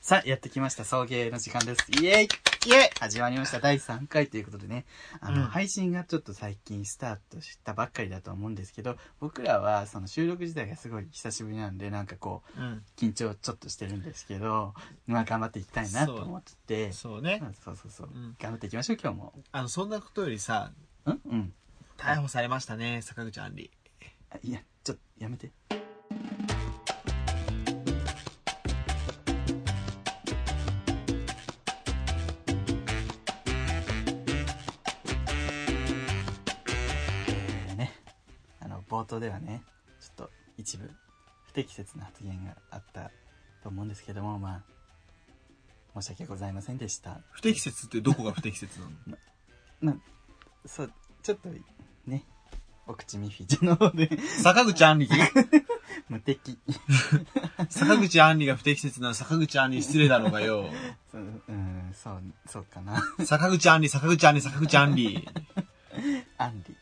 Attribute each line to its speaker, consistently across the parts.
Speaker 1: さあ、やってきました。送迎の時間です。イエイイエイ始まりました。第3回ということでね。あの、
Speaker 2: うん
Speaker 1: 配信がちょっと最近スタートしたばっかりだと思うんですけど、僕らはその収録自体がすごい久しぶりなんで、なんかこう、
Speaker 2: うん。
Speaker 1: 緊張ちょっとしてるんですけど、まあ頑張っていきたいなと思ってて。
Speaker 2: そうね
Speaker 1: う。んそうそうそう。
Speaker 2: うん
Speaker 1: 頑張っていきましょう、今日も。
Speaker 2: あの、そんなことよりさ、
Speaker 1: んうん。
Speaker 2: 逮捕されましたね、坂口杏里。
Speaker 1: あいや、ちょっと、やめて。ね、あの、冒頭ではね、ちょっと一部不適切な発言があったと思うんですけども、まあ、申し訳ございませんでした。
Speaker 2: 不適切ってどこが不適切なの
Speaker 1: そう、ちょっと、ね、お口ミフィーの方で、
Speaker 2: 坂口杏里
Speaker 1: 無敵。
Speaker 2: 坂口杏里が不適切なの坂口杏里失礼だろうがよ。
Speaker 1: そううん、そう、そうかな。
Speaker 2: 坂口杏里、坂口杏里、坂口杏里。
Speaker 1: アンリ。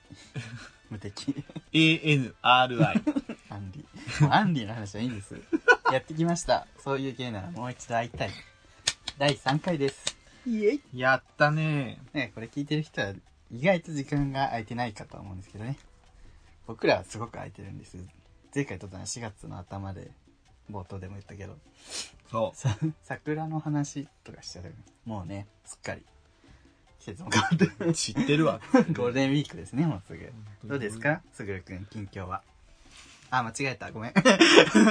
Speaker 1: 無敵。
Speaker 2: ANRI。
Speaker 1: アンリ。もうアンリの話はいいんです。やってきました。そういう芸ならもう一度会いたい。第3回です。イエイ。
Speaker 2: やったね。
Speaker 1: ね、これ聞いてる人は意外と時間が空いてないかと思うんですけどね。僕らはすごく空いてるんです。前回撮ったのは4月の頭で、冒頭でも言ったけど、
Speaker 2: そ
Speaker 1: さ、桜の話とかしてたよねもうね、すっかり季節も変わって、
Speaker 2: う。知ってるわ。
Speaker 1: ゴールデンウィークですね、もうすぐ。 どうですかすぐるくん、近況は。あ、間違えた。ご めん。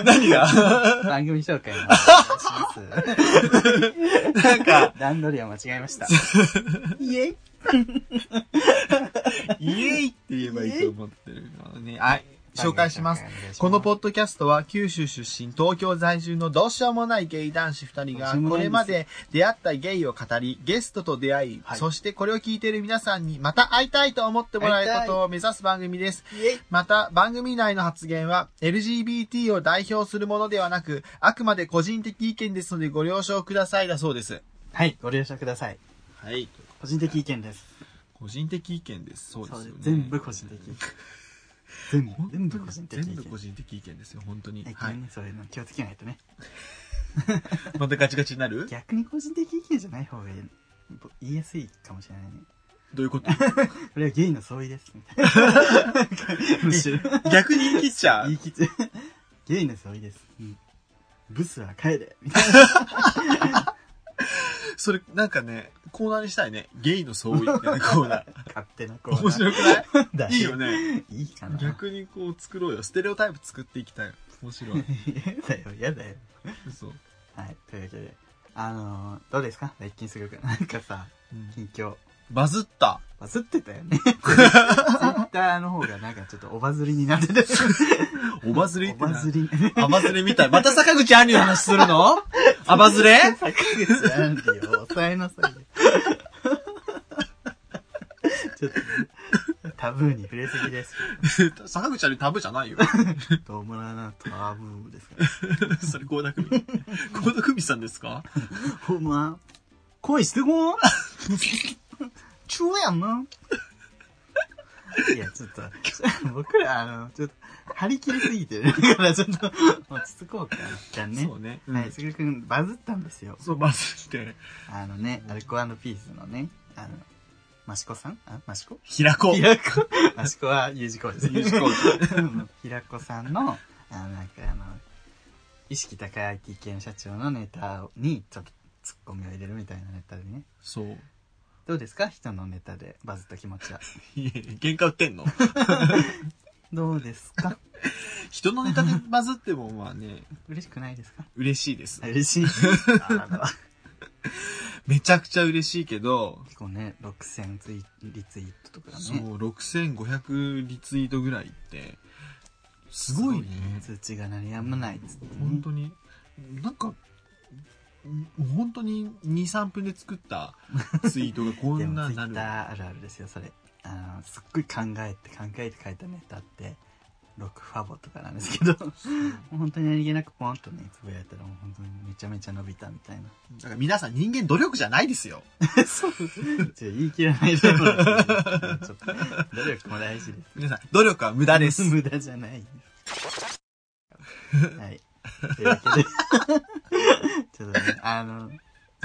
Speaker 2: 何 が
Speaker 1: 番組紹介のお願いします。
Speaker 2: なんか、
Speaker 1: 段取りを間違えま した。イエイ
Speaker 2: イエイって言えばいいと思ってるのね。はい。紹介します。。このポ
Speaker 1: ッ
Speaker 2: ッドキャストは九州出身、東京在住のどうしようもないゲイ男子2人
Speaker 1: どうし
Speaker 2: が
Speaker 1: ようも
Speaker 2: こ
Speaker 1: ないんです
Speaker 2: れまで出会ったゲイを語り、ゲストと出会い、
Speaker 1: はい
Speaker 2: そしてこれを聞いている皆さんにまた会いたいと思ってもらえることを目指す番組です。また番組内の発言は LGBT を代表するものではなく、あくまで個人的意見ですのでご了承くださいだそうです。
Speaker 1: はい、ご了承ください。
Speaker 2: はい。
Speaker 1: 個人的意見です。
Speaker 2: 個人的意見です。そうですよね。
Speaker 1: 全部個人 的。全部
Speaker 2: ほん、
Speaker 1: 全部個人的意
Speaker 2: 全部個
Speaker 1: 見。
Speaker 2: 人的意見ですよ、本当に。
Speaker 1: え
Speaker 2: はい。
Speaker 1: ね、それの気をつけないとね。
Speaker 2: またガチガチになる
Speaker 1: 逆に個人的意見じゃない方がいい言いやすいかもしれないね。
Speaker 2: どういうこと
Speaker 1: これはゲイの相違 です。みたいなむ しろ。
Speaker 2: 逆に言い切っちゃ
Speaker 1: 言
Speaker 2: う
Speaker 1: い切って。 ゲイの相違です。うんブスは帰れ。みたい
Speaker 2: それ、なんかね、コーナーにしたいね。ゲイの相違みたいな コーナ
Speaker 1: な勝手なコ
Speaker 2: ー。面白くない
Speaker 1: だ
Speaker 2: いいよね。
Speaker 1: いいかな。
Speaker 2: 逆にこう作ろうよ。ステレオタイプ作っていきたい。面白い。
Speaker 1: やだよ、やだよ。
Speaker 2: そう。
Speaker 1: はい、というわけで。あのー、どうですか最近すごく。 なんかさ、
Speaker 2: うん
Speaker 1: 近況。
Speaker 2: バズった。
Speaker 1: バズってたよね。ツイッターの方がなんかちょっとおバズりになってた。
Speaker 2: おバズりっ
Speaker 1: お
Speaker 2: て
Speaker 1: バズ
Speaker 2: な。
Speaker 1: り。
Speaker 2: あバズれみたい。また坂口杏里の話す るのあバズれ
Speaker 1: 坂口アンリを抑えなさいよ。 ちょっと、タブーに触れすぎです。
Speaker 2: 坂口杏里タブじゃな いよ。
Speaker 1: どうもらなタブーですから。
Speaker 2: それ、高田組。高田組さんですか
Speaker 1: ほんま恋してこんチューやんな。いや、ちょっと、僕ら、あの、ちょっと、張り切りすぎてるから、ちょっと、落ち着こうか、一旦ね
Speaker 2: そ。うね。
Speaker 1: はい、すぐるくん、バズったんですよ。
Speaker 2: そう、バズって。
Speaker 1: あのね、アルコピースのね、あの、マシコさんあ、マシコ
Speaker 2: 平子。
Speaker 1: 平子。マシコは U 字工事
Speaker 2: 有事工事
Speaker 1: うん平子さんの、あの、なんかあの、意識高い IT 系の社長のネタに、ちょっとツッコミを入れるみたいなネタでね。
Speaker 2: そう。
Speaker 1: どうですか人のネタでバズった気持ちは。
Speaker 2: いやいや喧嘩売ってんの
Speaker 1: どうですか
Speaker 2: 人のネタでバズっても、まあね、
Speaker 1: 嬉しくないですか
Speaker 2: 嬉しいです。
Speaker 1: 嬉しい。あらら
Speaker 2: めちゃくちゃ嬉しいけど、
Speaker 1: 結構ね、6000ツイリツイートとか
Speaker 2: そ
Speaker 1: ね。
Speaker 2: う、6500リツイートぐらいって、すごいね。
Speaker 1: 通知が鳴りやまないっつってね、
Speaker 2: 本当に。なんか、ん本当に2、3分で作ったツイートがこ
Speaker 1: で
Speaker 2: ん
Speaker 1: も
Speaker 2: な
Speaker 1: ツ
Speaker 2: に
Speaker 1: イ
Speaker 2: なる
Speaker 1: ッタ。ーあるあるですよ、それ。あの、すっごい考えて考えて書いたネタって、6ファボとかなんですけど、本当に何気なくポンとね、つぶやいたらもう本当にめちゃめちゃ伸びたみたいな。
Speaker 2: だから皆さん人間努力じゃないですよ。
Speaker 1: そう。ちょ、言い切らないと思うんですけどちょっと、努力も大事です。
Speaker 2: 皆さん、努力は無駄です。
Speaker 1: 無駄じゃない。はい。というわけでちょっとね、あの、ち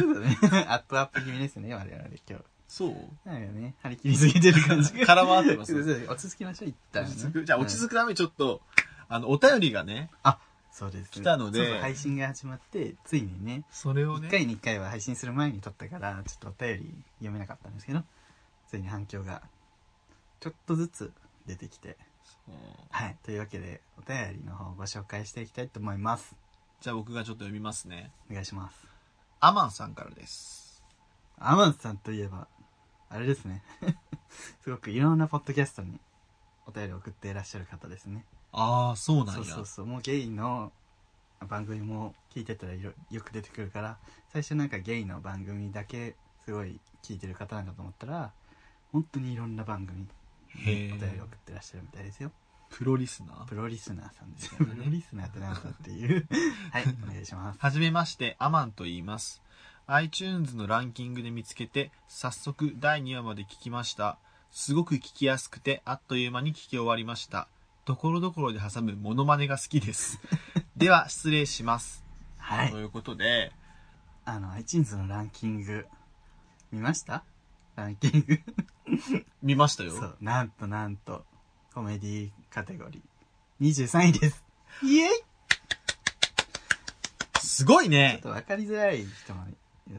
Speaker 1: ょっとね、アップアップ気味ですね、我々今日。
Speaker 2: そう
Speaker 1: なんかね、張り切りすぎてる感じが。
Speaker 2: 空回ってま
Speaker 1: そう
Speaker 2: す。
Speaker 1: そう落ち着きましょう、一旦、
Speaker 2: 落
Speaker 1: ね。
Speaker 2: ち着く。じゃあ、落ち
Speaker 1: く。
Speaker 2: 着くためにちょっと、あの、お便りがね、
Speaker 1: そうです。
Speaker 2: 来たので
Speaker 1: そうそう配信が始まって、ついにね、
Speaker 2: それを
Speaker 1: 一回に一回は配信する前に撮ったから、ちょっとお便り読めなかったんですけど、ついに反響が、ちょっとずつ出てきて。
Speaker 2: そう
Speaker 1: はい。というわけで、お便りの方をご紹介していきたいと思います。
Speaker 2: じゃあ僕がちょっと読みますね。
Speaker 1: お願いします。
Speaker 2: アマンさんからです。
Speaker 1: アマンさんといえば、あれですね。 すごくいろんなポッドキャストにお便りを送っていらっしゃる方ですね。
Speaker 2: ああ、そうなんや。
Speaker 1: そうそうそう。もうゲイの番組も聞いてたらいろよく出てくるから、最初なんかゲイの番組だけすごい聞いてる方なんかと思ったら、本当にいろんな番組に
Speaker 2: へえ
Speaker 1: お便りを送ってらっしゃるみたいですよ。
Speaker 2: プロリスナー。
Speaker 1: プロリスナーさんですね。プロリスナーってなんだって いう。はい、お願いします。
Speaker 2: はじめまして、アマンと言います。iTunes のランキングで見つけて、早速第2話まで聞きました。すごく聞きやすくて、あっという間に聞き終わりました。ところどころで挟むモノマネが好き です。では、失礼します。
Speaker 1: はい
Speaker 2: と。いうことで、
Speaker 1: あの、iTunes のランキング、見ましたランキング。
Speaker 2: 見ましたよ。
Speaker 1: そう、なんとなんと、コメディカテゴリー、23位です。イエイち
Speaker 2: すごい
Speaker 1: ょっ
Speaker 2: ね。
Speaker 1: と分かりづらい人も、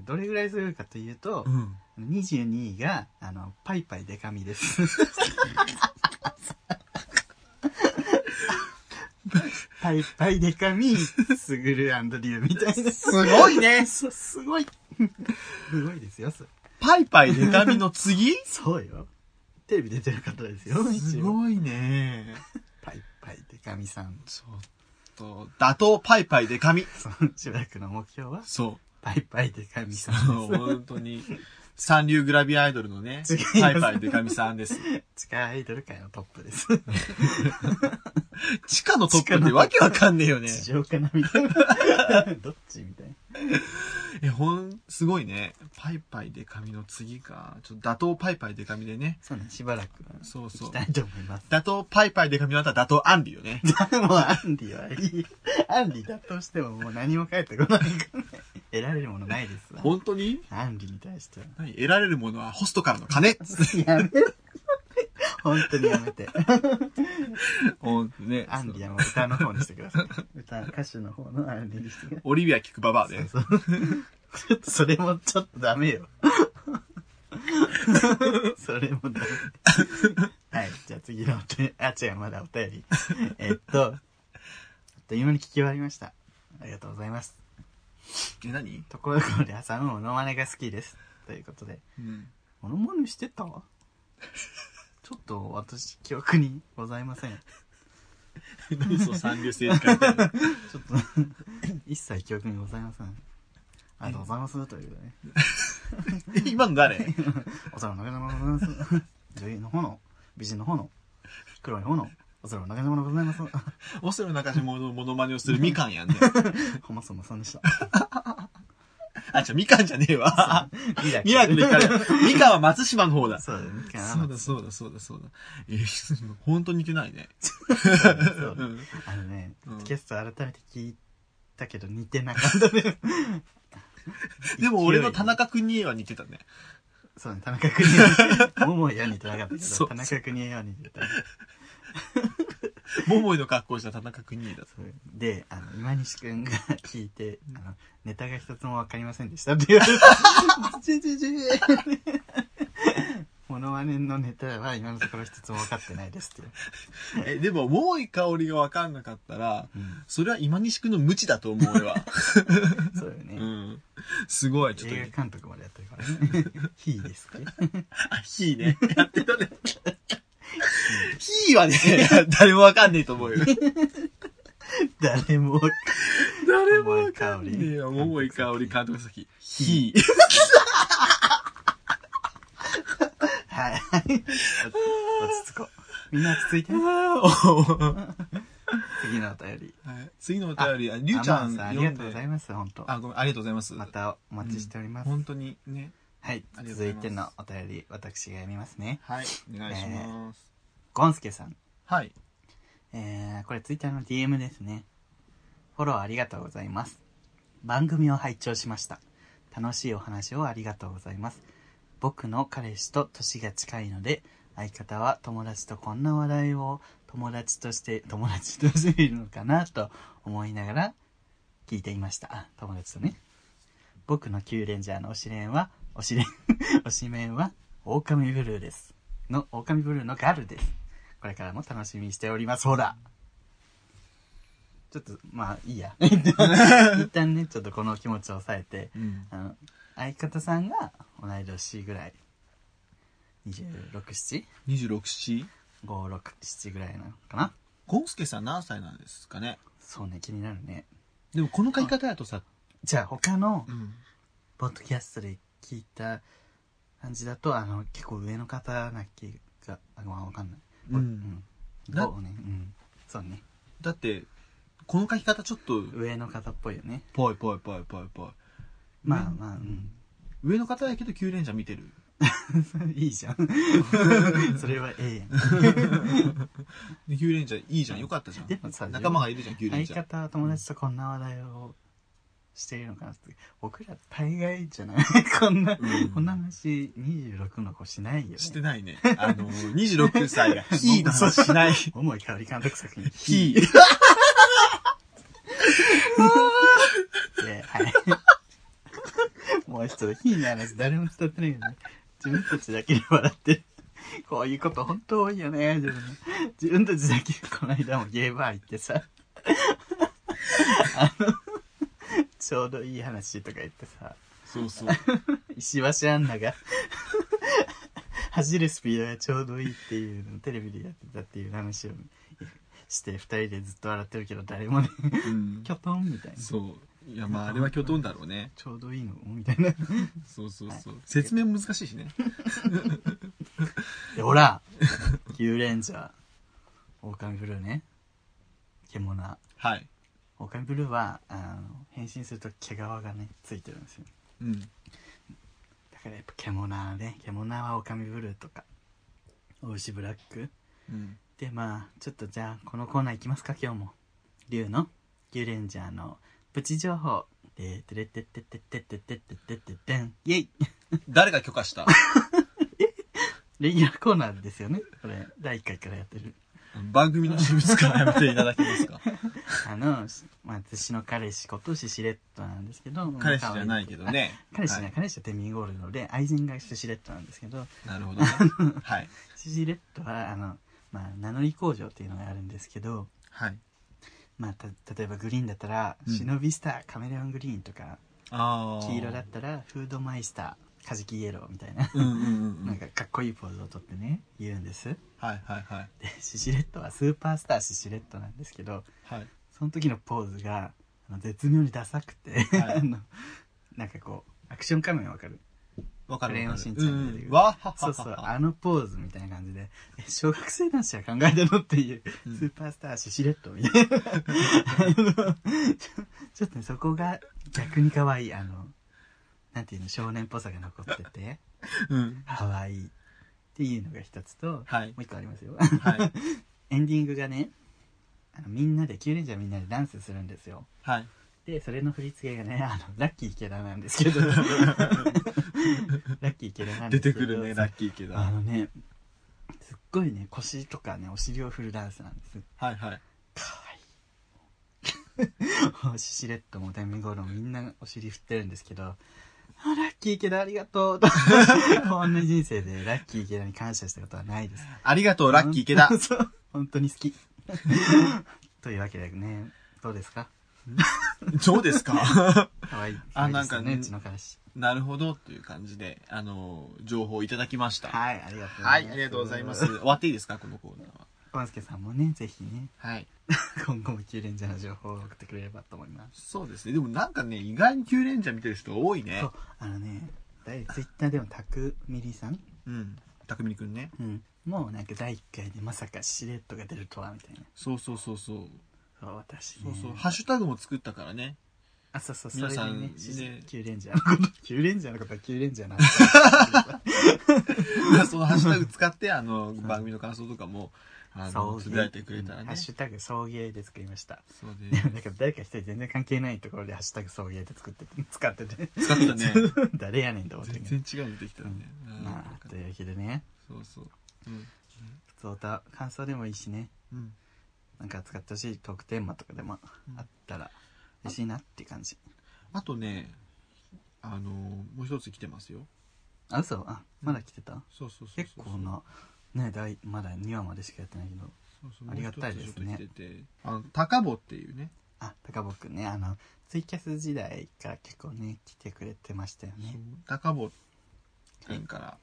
Speaker 1: どれぐらいすごいかというと
Speaker 2: う、ん。
Speaker 1: 22位が、あの、パイパイデカ ミです。パイパイデカミ、スグルリュウみたいな。
Speaker 2: すごいね。
Speaker 1: そうすごい。すごいですよ、それ
Speaker 2: パイパイデカミの次
Speaker 1: そうよ。テレビ出てる方ですよ、
Speaker 2: す
Speaker 1: い。
Speaker 2: ごいね。
Speaker 1: パイパイデカミさん。
Speaker 2: ちょっと、打倒パイパイデカミ。
Speaker 1: そのしばらくの目標は、
Speaker 2: そう。
Speaker 1: パイパイデカミさんで
Speaker 2: 本当に。三流グラビアアイドルのね
Speaker 1: 違います、
Speaker 2: パイパイデカミさんです。
Speaker 1: す。地下アイドル界のトップです。
Speaker 2: 地下のトップってわけわかんねえよね。
Speaker 1: 地上かなみたい な。どっちみたいな。
Speaker 2: え、ほん、すごいね。パイパイデカミの次か。ちょっと打倒パイパイデカミでね。
Speaker 1: そうね、しばらくは
Speaker 2: そう
Speaker 1: 行
Speaker 2: そう
Speaker 1: き。たいと思います。
Speaker 2: 打倒パイパイデカミの後は打倒アンリよね。
Speaker 1: でもうアンディはいい。アンディだとしてももう何も返ってこないからね。得られるものないですわ。
Speaker 2: 本当に
Speaker 1: アンディに対しては。
Speaker 2: 何得られるものはホストからの金
Speaker 1: やめて。本当にやめ て。
Speaker 2: ほんとね
Speaker 1: アンディはもう歌の方にしてください。 歌、歌手の方のアンディにしてください。
Speaker 2: オリビア・キクババアで。
Speaker 1: そう そうちょっとそれもちょっとダメよ。 それもダメ。はい、じゃあ次のお便り、あ、違う、まだお便り。えっと、あっという間に聞き終わりました。ありがとうございます。
Speaker 2: え、何
Speaker 1: ところどころで挟むモノマネが好きです。ということで、
Speaker 2: うん。
Speaker 1: モノマネしてたちょっと私、記憶にございません。
Speaker 2: 何その三流政治家みたいな。
Speaker 1: ちょっと、一切記憶にございません。ありがとうございます。ということでね。
Speaker 2: え今の誰
Speaker 1: お皿を投げ玉でございます。 女優の方の、美人の方の、黒い方の、お皿を投げ玉でございます。
Speaker 2: オセロ中島のモノマネをするみかんやんね。
Speaker 1: ほんまそんなさんでした。
Speaker 2: あ、じゃみかんじゃねえわ。ミ
Speaker 1: ミ
Speaker 2: ラクル
Speaker 1: か
Speaker 2: 光 る。みかんは松島の方だ。そ
Speaker 1: そうだよ、ミカ
Speaker 2: うだそうだそうだそうだ。え、本当に似てないね。
Speaker 1: そう
Speaker 2: うん
Speaker 1: あのね
Speaker 2: うん、
Speaker 1: キャスト改めて聞いたけど似てなかったね。
Speaker 2: でも俺の田中くんには似てたね。
Speaker 1: そうね、田中邦 衛。ももや似てなかったけ
Speaker 2: そ
Speaker 1: ど、
Speaker 2: う
Speaker 1: 田中邦衛は似てた。
Speaker 2: 桃井の格好した田中くにだ。
Speaker 1: そうで、あの、今西くんが聞いて、あの、ネタが一つもわかりませんでした って言われた。ちちちモノマネのネタは今のところ一つも分かってないですって。
Speaker 2: え、でも桃井香りがわかんなかったら、
Speaker 1: うん。
Speaker 2: それは今西くんの無知だと思う俺は。
Speaker 1: そうよ
Speaker 2: う
Speaker 1: ね。
Speaker 2: ん。すごい、ちょっと。
Speaker 1: 映画監督までやってるからね。ヒーです か
Speaker 2: あ、ヒーね。 やってたね。ヒーはね、誰もわかんねえと思うよ。
Speaker 1: 誰も。
Speaker 2: 誰もわかんねえよ。桃
Speaker 1: 桃
Speaker 2: 井
Speaker 1: 井
Speaker 2: 香
Speaker 1: かお
Speaker 2: 織
Speaker 1: り
Speaker 2: 監督先。ひ
Speaker 1: はい。落ち着こう。みんな落ち着いてね。
Speaker 2: ー。
Speaker 1: 次のお便り。
Speaker 2: 次のお便り、ありゅうち
Speaker 1: アマ
Speaker 2: ゃ
Speaker 1: ン
Speaker 2: ん
Speaker 1: さんあ
Speaker 2: 読
Speaker 1: りが
Speaker 2: ん
Speaker 1: とうござ
Speaker 2: で。
Speaker 1: います、本当
Speaker 2: あ、ごめん、ありがとうございます。
Speaker 1: またお待ちしております。
Speaker 2: 本当にね。
Speaker 1: はい
Speaker 2: あ。りがとうご
Speaker 1: 続
Speaker 2: ざ
Speaker 1: い
Speaker 2: います
Speaker 1: てのお便り、私が読みますね。
Speaker 2: はい、お願いします。
Speaker 1: ゴンスケさん。
Speaker 2: はい。
Speaker 1: えー、これツイッターの DM ですね。フォローありがとうございます。番組を拝聴しました。楽しいお話をありがとうございます。僕の彼氏と年が近いので、相方は友達とこんな話題を友達として、友達としているのかなと思いながら聞いていました。あ、友達とね。僕のキューレンジャーのおしれんは、おしれ ん、おしめんは、狼ブルーです。の、狼ブルーのガルです。これからも楽しみにしております。ほらちょっと、まあ、いいや。 一旦ね、ちょっとこの気持ちを抑えて、
Speaker 2: うん。
Speaker 1: あの、相方さんが同い年ぐらい、26、7?
Speaker 2: 26、7?
Speaker 1: 5、6、7ぐらいなのかな
Speaker 2: ゴンスケさん何歳なんですかね
Speaker 1: そうね、気になるね。
Speaker 2: でもこの書き方だとさ、
Speaker 1: じゃあ他の
Speaker 2: うん。
Speaker 1: ポッドキャストで聞いた感じだと、あの、結構上の方な気が、あまあわかんない。
Speaker 2: うんだ
Speaker 1: そうね、うん。そうね。
Speaker 2: だって、この書き方ちょっと、
Speaker 1: 上の方っぽいよね。
Speaker 2: ぽいぽいぽいぽいぽい。
Speaker 1: まあまあ、うん。
Speaker 2: 上の方やけど、キューレンジャー見てる。
Speaker 1: いいじゃん。 それはえ
Speaker 2: でキューレンジャーいいじゃん、よかったじゃ
Speaker 1: でもさ
Speaker 2: ん。仲間がいるじゃん、キ
Speaker 1: え
Speaker 2: ュー
Speaker 1: や
Speaker 2: レン
Speaker 1: ん。
Speaker 2: ジャ
Speaker 1: 相
Speaker 2: ー。
Speaker 1: 方は友達とこんな話題をしているのかなって。僕ら大概じゃない こんな、
Speaker 2: うん
Speaker 1: こんな話26の子しないよ、ね。
Speaker 2: してないね。あのー、26歳が、 ヒーの話し ない。
Speaker 1: 重い香り監督作品。
Speaker 2: ヒー。
Speaker 1: で、はい。もう一度、ヒーの話誰も伝わってないよね。自分たちだけで笑ってる。こういうこと本当多いよね、自分。自分たちだけ、この間もゲーバー行ってさ。あの、ちょうどいい話とか言ってさ、
Speaker 2: そうそう。
Speaker 1: 石橋アンナが、 走るスピードがちょうどいいっていうのをテレビでやってたっていう話をして、二人でずっと笑ってるけど、誰もね、
Speaker 2: うん
Speaker 1: キ。ョトンみたいな。
Speaker 2: そう。いや、まあ、あれはキョトンだろうね。
Speaker 1: ちょうどいいのみたいな。
Speaker 2: そうそうそう。説明も難しいしね。
Speaker 1: で、ほらキューレンジャー、オオカミブルーね。獣。
Speaker 2: はい。
Speaker 1: オオカミブルーは、あの、変身すると毛皮がね、ついてるんですよ。
Speaker 2: うん。
Speaker 1: だからやっぱ獣はね、獣はオオカミブルーとか、オウシブラック。
Speaker 2: うん。
Speaker 1: で、まあ、ちょっとじゃあ、このコーナー行きますか、今日も。竜の、キューレンジャーの、プチ情報。で、てれてってってってってってってってってってん。イェイ
Speaker 2: 誰が許可 した
Speaker 1: レギュラーコーナーですよね。これ、第1回からやってる。
Speaker 2: 番組の私物からやめていただけますか
Speaker 1: あの、しまあ、私の彼氏ことシシレットなんですけど、
Speaker 2: 彼氏じゃないけどね。
Speaker 1: あ。彼氏じゃな、
Speaker 2: はいい
Speaker 1: 彼氏はデミゴールドで、愛人がシシレットなんですけど、
Speaker 2: なるほど ね。はい。
Speaker 1: シシレットは、あの、まあ、名乗り工場っていうのがあるんですけど、
Speaker 2: はい。
Speaker 1: まあ、た例えばグリーンだったら、
Speaker 2: うん
Speaker 1: シノビスター、カメレオングリーンとか、
Speaker 2: ああ。
Speaker 1: 黄色だったら、フードマイスター、カジキイエローみたいな、
Speaker 2: うんうんうんう
Speaker 1: なん
Speaker 2: ん。
Speaker 1: かかっこいいポーズをとってね、言うんです。
Speaker 2: はいはいはい。
Speaker 1: で、シシレットはスーパースターシシレットなんですけど、
Speaker 2: はい。
Speaker 1: その時のポーズが、あの絶妙にダサくて、
Speaker 2: はい
Speaker 1: あの、なんかこう、アクション仮面わかる
Speaker 2: わかる
Speaker 1: クレヨ
Speaker 2: わ
Speaker 1: ン
Speaker 2: か
Speaker 1: し
Speaker 2: る。
Speaker 1: んちゃんみたいな
Speaker 2: うん。わっはっ
Speaker 1: そう
Speaker 2: はっ
Speaker 1: そう、
Speaker 2: は。
Speaker 1: あのポーズみたいな感じで、え、小学生男子が考えたのっていう、
Speaker 2: うん
Speaker 1: スーパースターシシレットみたいな。 あのちょちょっとね、そこが逆に可愛い、あの、なんていうの、少年っぽさが残ってて、
Speaker 2: うん。
Speaker 1: 可愛いっていうのが一つと、も
Speaker 2: はい。
Speaker 1: う一個ありますよ。
Speaker 2: はい。
Speaker 1: エンディングがね、あのみんなで、キュウレンジャーみんなでダンスするんですよ。
Speaker 2: はい。
Speaker 1: で、それの振り付けがね、あの、ラッキー池田なんです けど。ラッキー池田なんで
Speaker 2: 出
Speaker 1: すけ
Speaker 2: て
Speaker 1: ど。
Speaker 2: くるね、ラッキーけど。
Speaker 1: あ
Speaker 2: は
Speaker 1: のね、すっごいね、腰とかね、お尻を振るダンスなんです。
Speaker 2: いはい。
Speaker 1: かわいい。シシレットもデミゴールもみんなお尻振ってるんですけど、あ、ラッキー池田ありがとう。 こんな人生でラッキー池田に感謝したことはないです。。
Speaker 2: ありがとう、ラッキー池 田
Speaker 1: そう。本当に好き。 というわけでね、どうですか
Speaker 2: どうですか
Speaker 1: かわいい。
Speaker 2: あなんかね
Speaker 1: 可愛いですようちの彼氏。
Speaker 2: なるほど、という感じで、あの、情報をいただきました。
Speaker 1: はい、ありがとうございます。
Speaker 2: はい、ありがとうございます。終わっていいですか、このコーナーは。
Speaker 1: コンスケさんもね、ぜひね、
Speaker 2: はい。
Speaker 1: 今後もキュウレンジャーの情報を送ってくれればと思います。
Speaker 2: そうですね。でもなんかね、意外にキューレンジャー見てる人多いね
Speaker 1: そう。、あのね、第ツイッターでもタクミリさん、
Speaker 2: うん。たくみくんね。
Speaker 1: うん、もうなんか第1回でまさかシレットが出るとは、みたいな。
Speaker 2: そうそうそうそう。
Speaker 1: そう、私
Speaker 2: そ
Speaker 1: ね。
Speaker 2: うそう。ハッシュタグも作ったからね。
Speaker 1: あ、そうそう、それ
Speaker 2: 皆
Speaker 1: で
Speaker 2: さん
Speaker 1: ね
Speaker 2: ね、
Speaker 1: シキュウレンジャーのこと、キュウレンジャーのことはキュウレンジャーな話
Speaker 2: そのハッシュタグ使って、あの、番組の感想とかも、あ
Speaker 1: 送
Speaker 2: の、
Speaker 1: 迎
Speaker 2: つぶやいてくれたら
Speaker 1: ハ
Speaker 2: ね
Speaker 1: ッ。シュタグ送迎で作りました。
Speaker 2: そう
Speaker 1: で
Speaker 2: で
Speaker 1: もなんか誰か一人全然関係ないところでハッシュタグ送迎で作ってて、使ってて。
Speaker 2: す。使ったね。
Speaker 1: 誰やねんと思ってんけど。
Speaker 2: 全然違うのできたね。うん
Speaker 1: まあ、というわけでね、
Speaker 2: そうそう。うん。
Speaker 1: 普通歌、感想でもいいしね、
Speaker 2: うん。
Speaker 1: なんか使ってほしいトークテーマとかでも
Speaker 2: うん
Speaker 1: あったら嬉しいなって感じ。
Speaker 2: あとね、あのー、もう一つ来てますよ。
Speaker 1: あ、嘘あ、まだ来てた、
Speaker 2: そうそうそうそう。
Speaker 1: 結構な、ね、第、まだ2話までしかやってないけど。
Speaker 2: そうそう。
Speaker 1: ありがたいですね
Speaker 2: もう一つちょっと来てて。あの、高坊っていうね。
Speaker 1: あ、高坊くんね、あの、ツイキャス時代から結構ね、来てくれてましたよ
Speaker 2: そう
Speaker 1: ね。
Speaker 2: 高坊くんから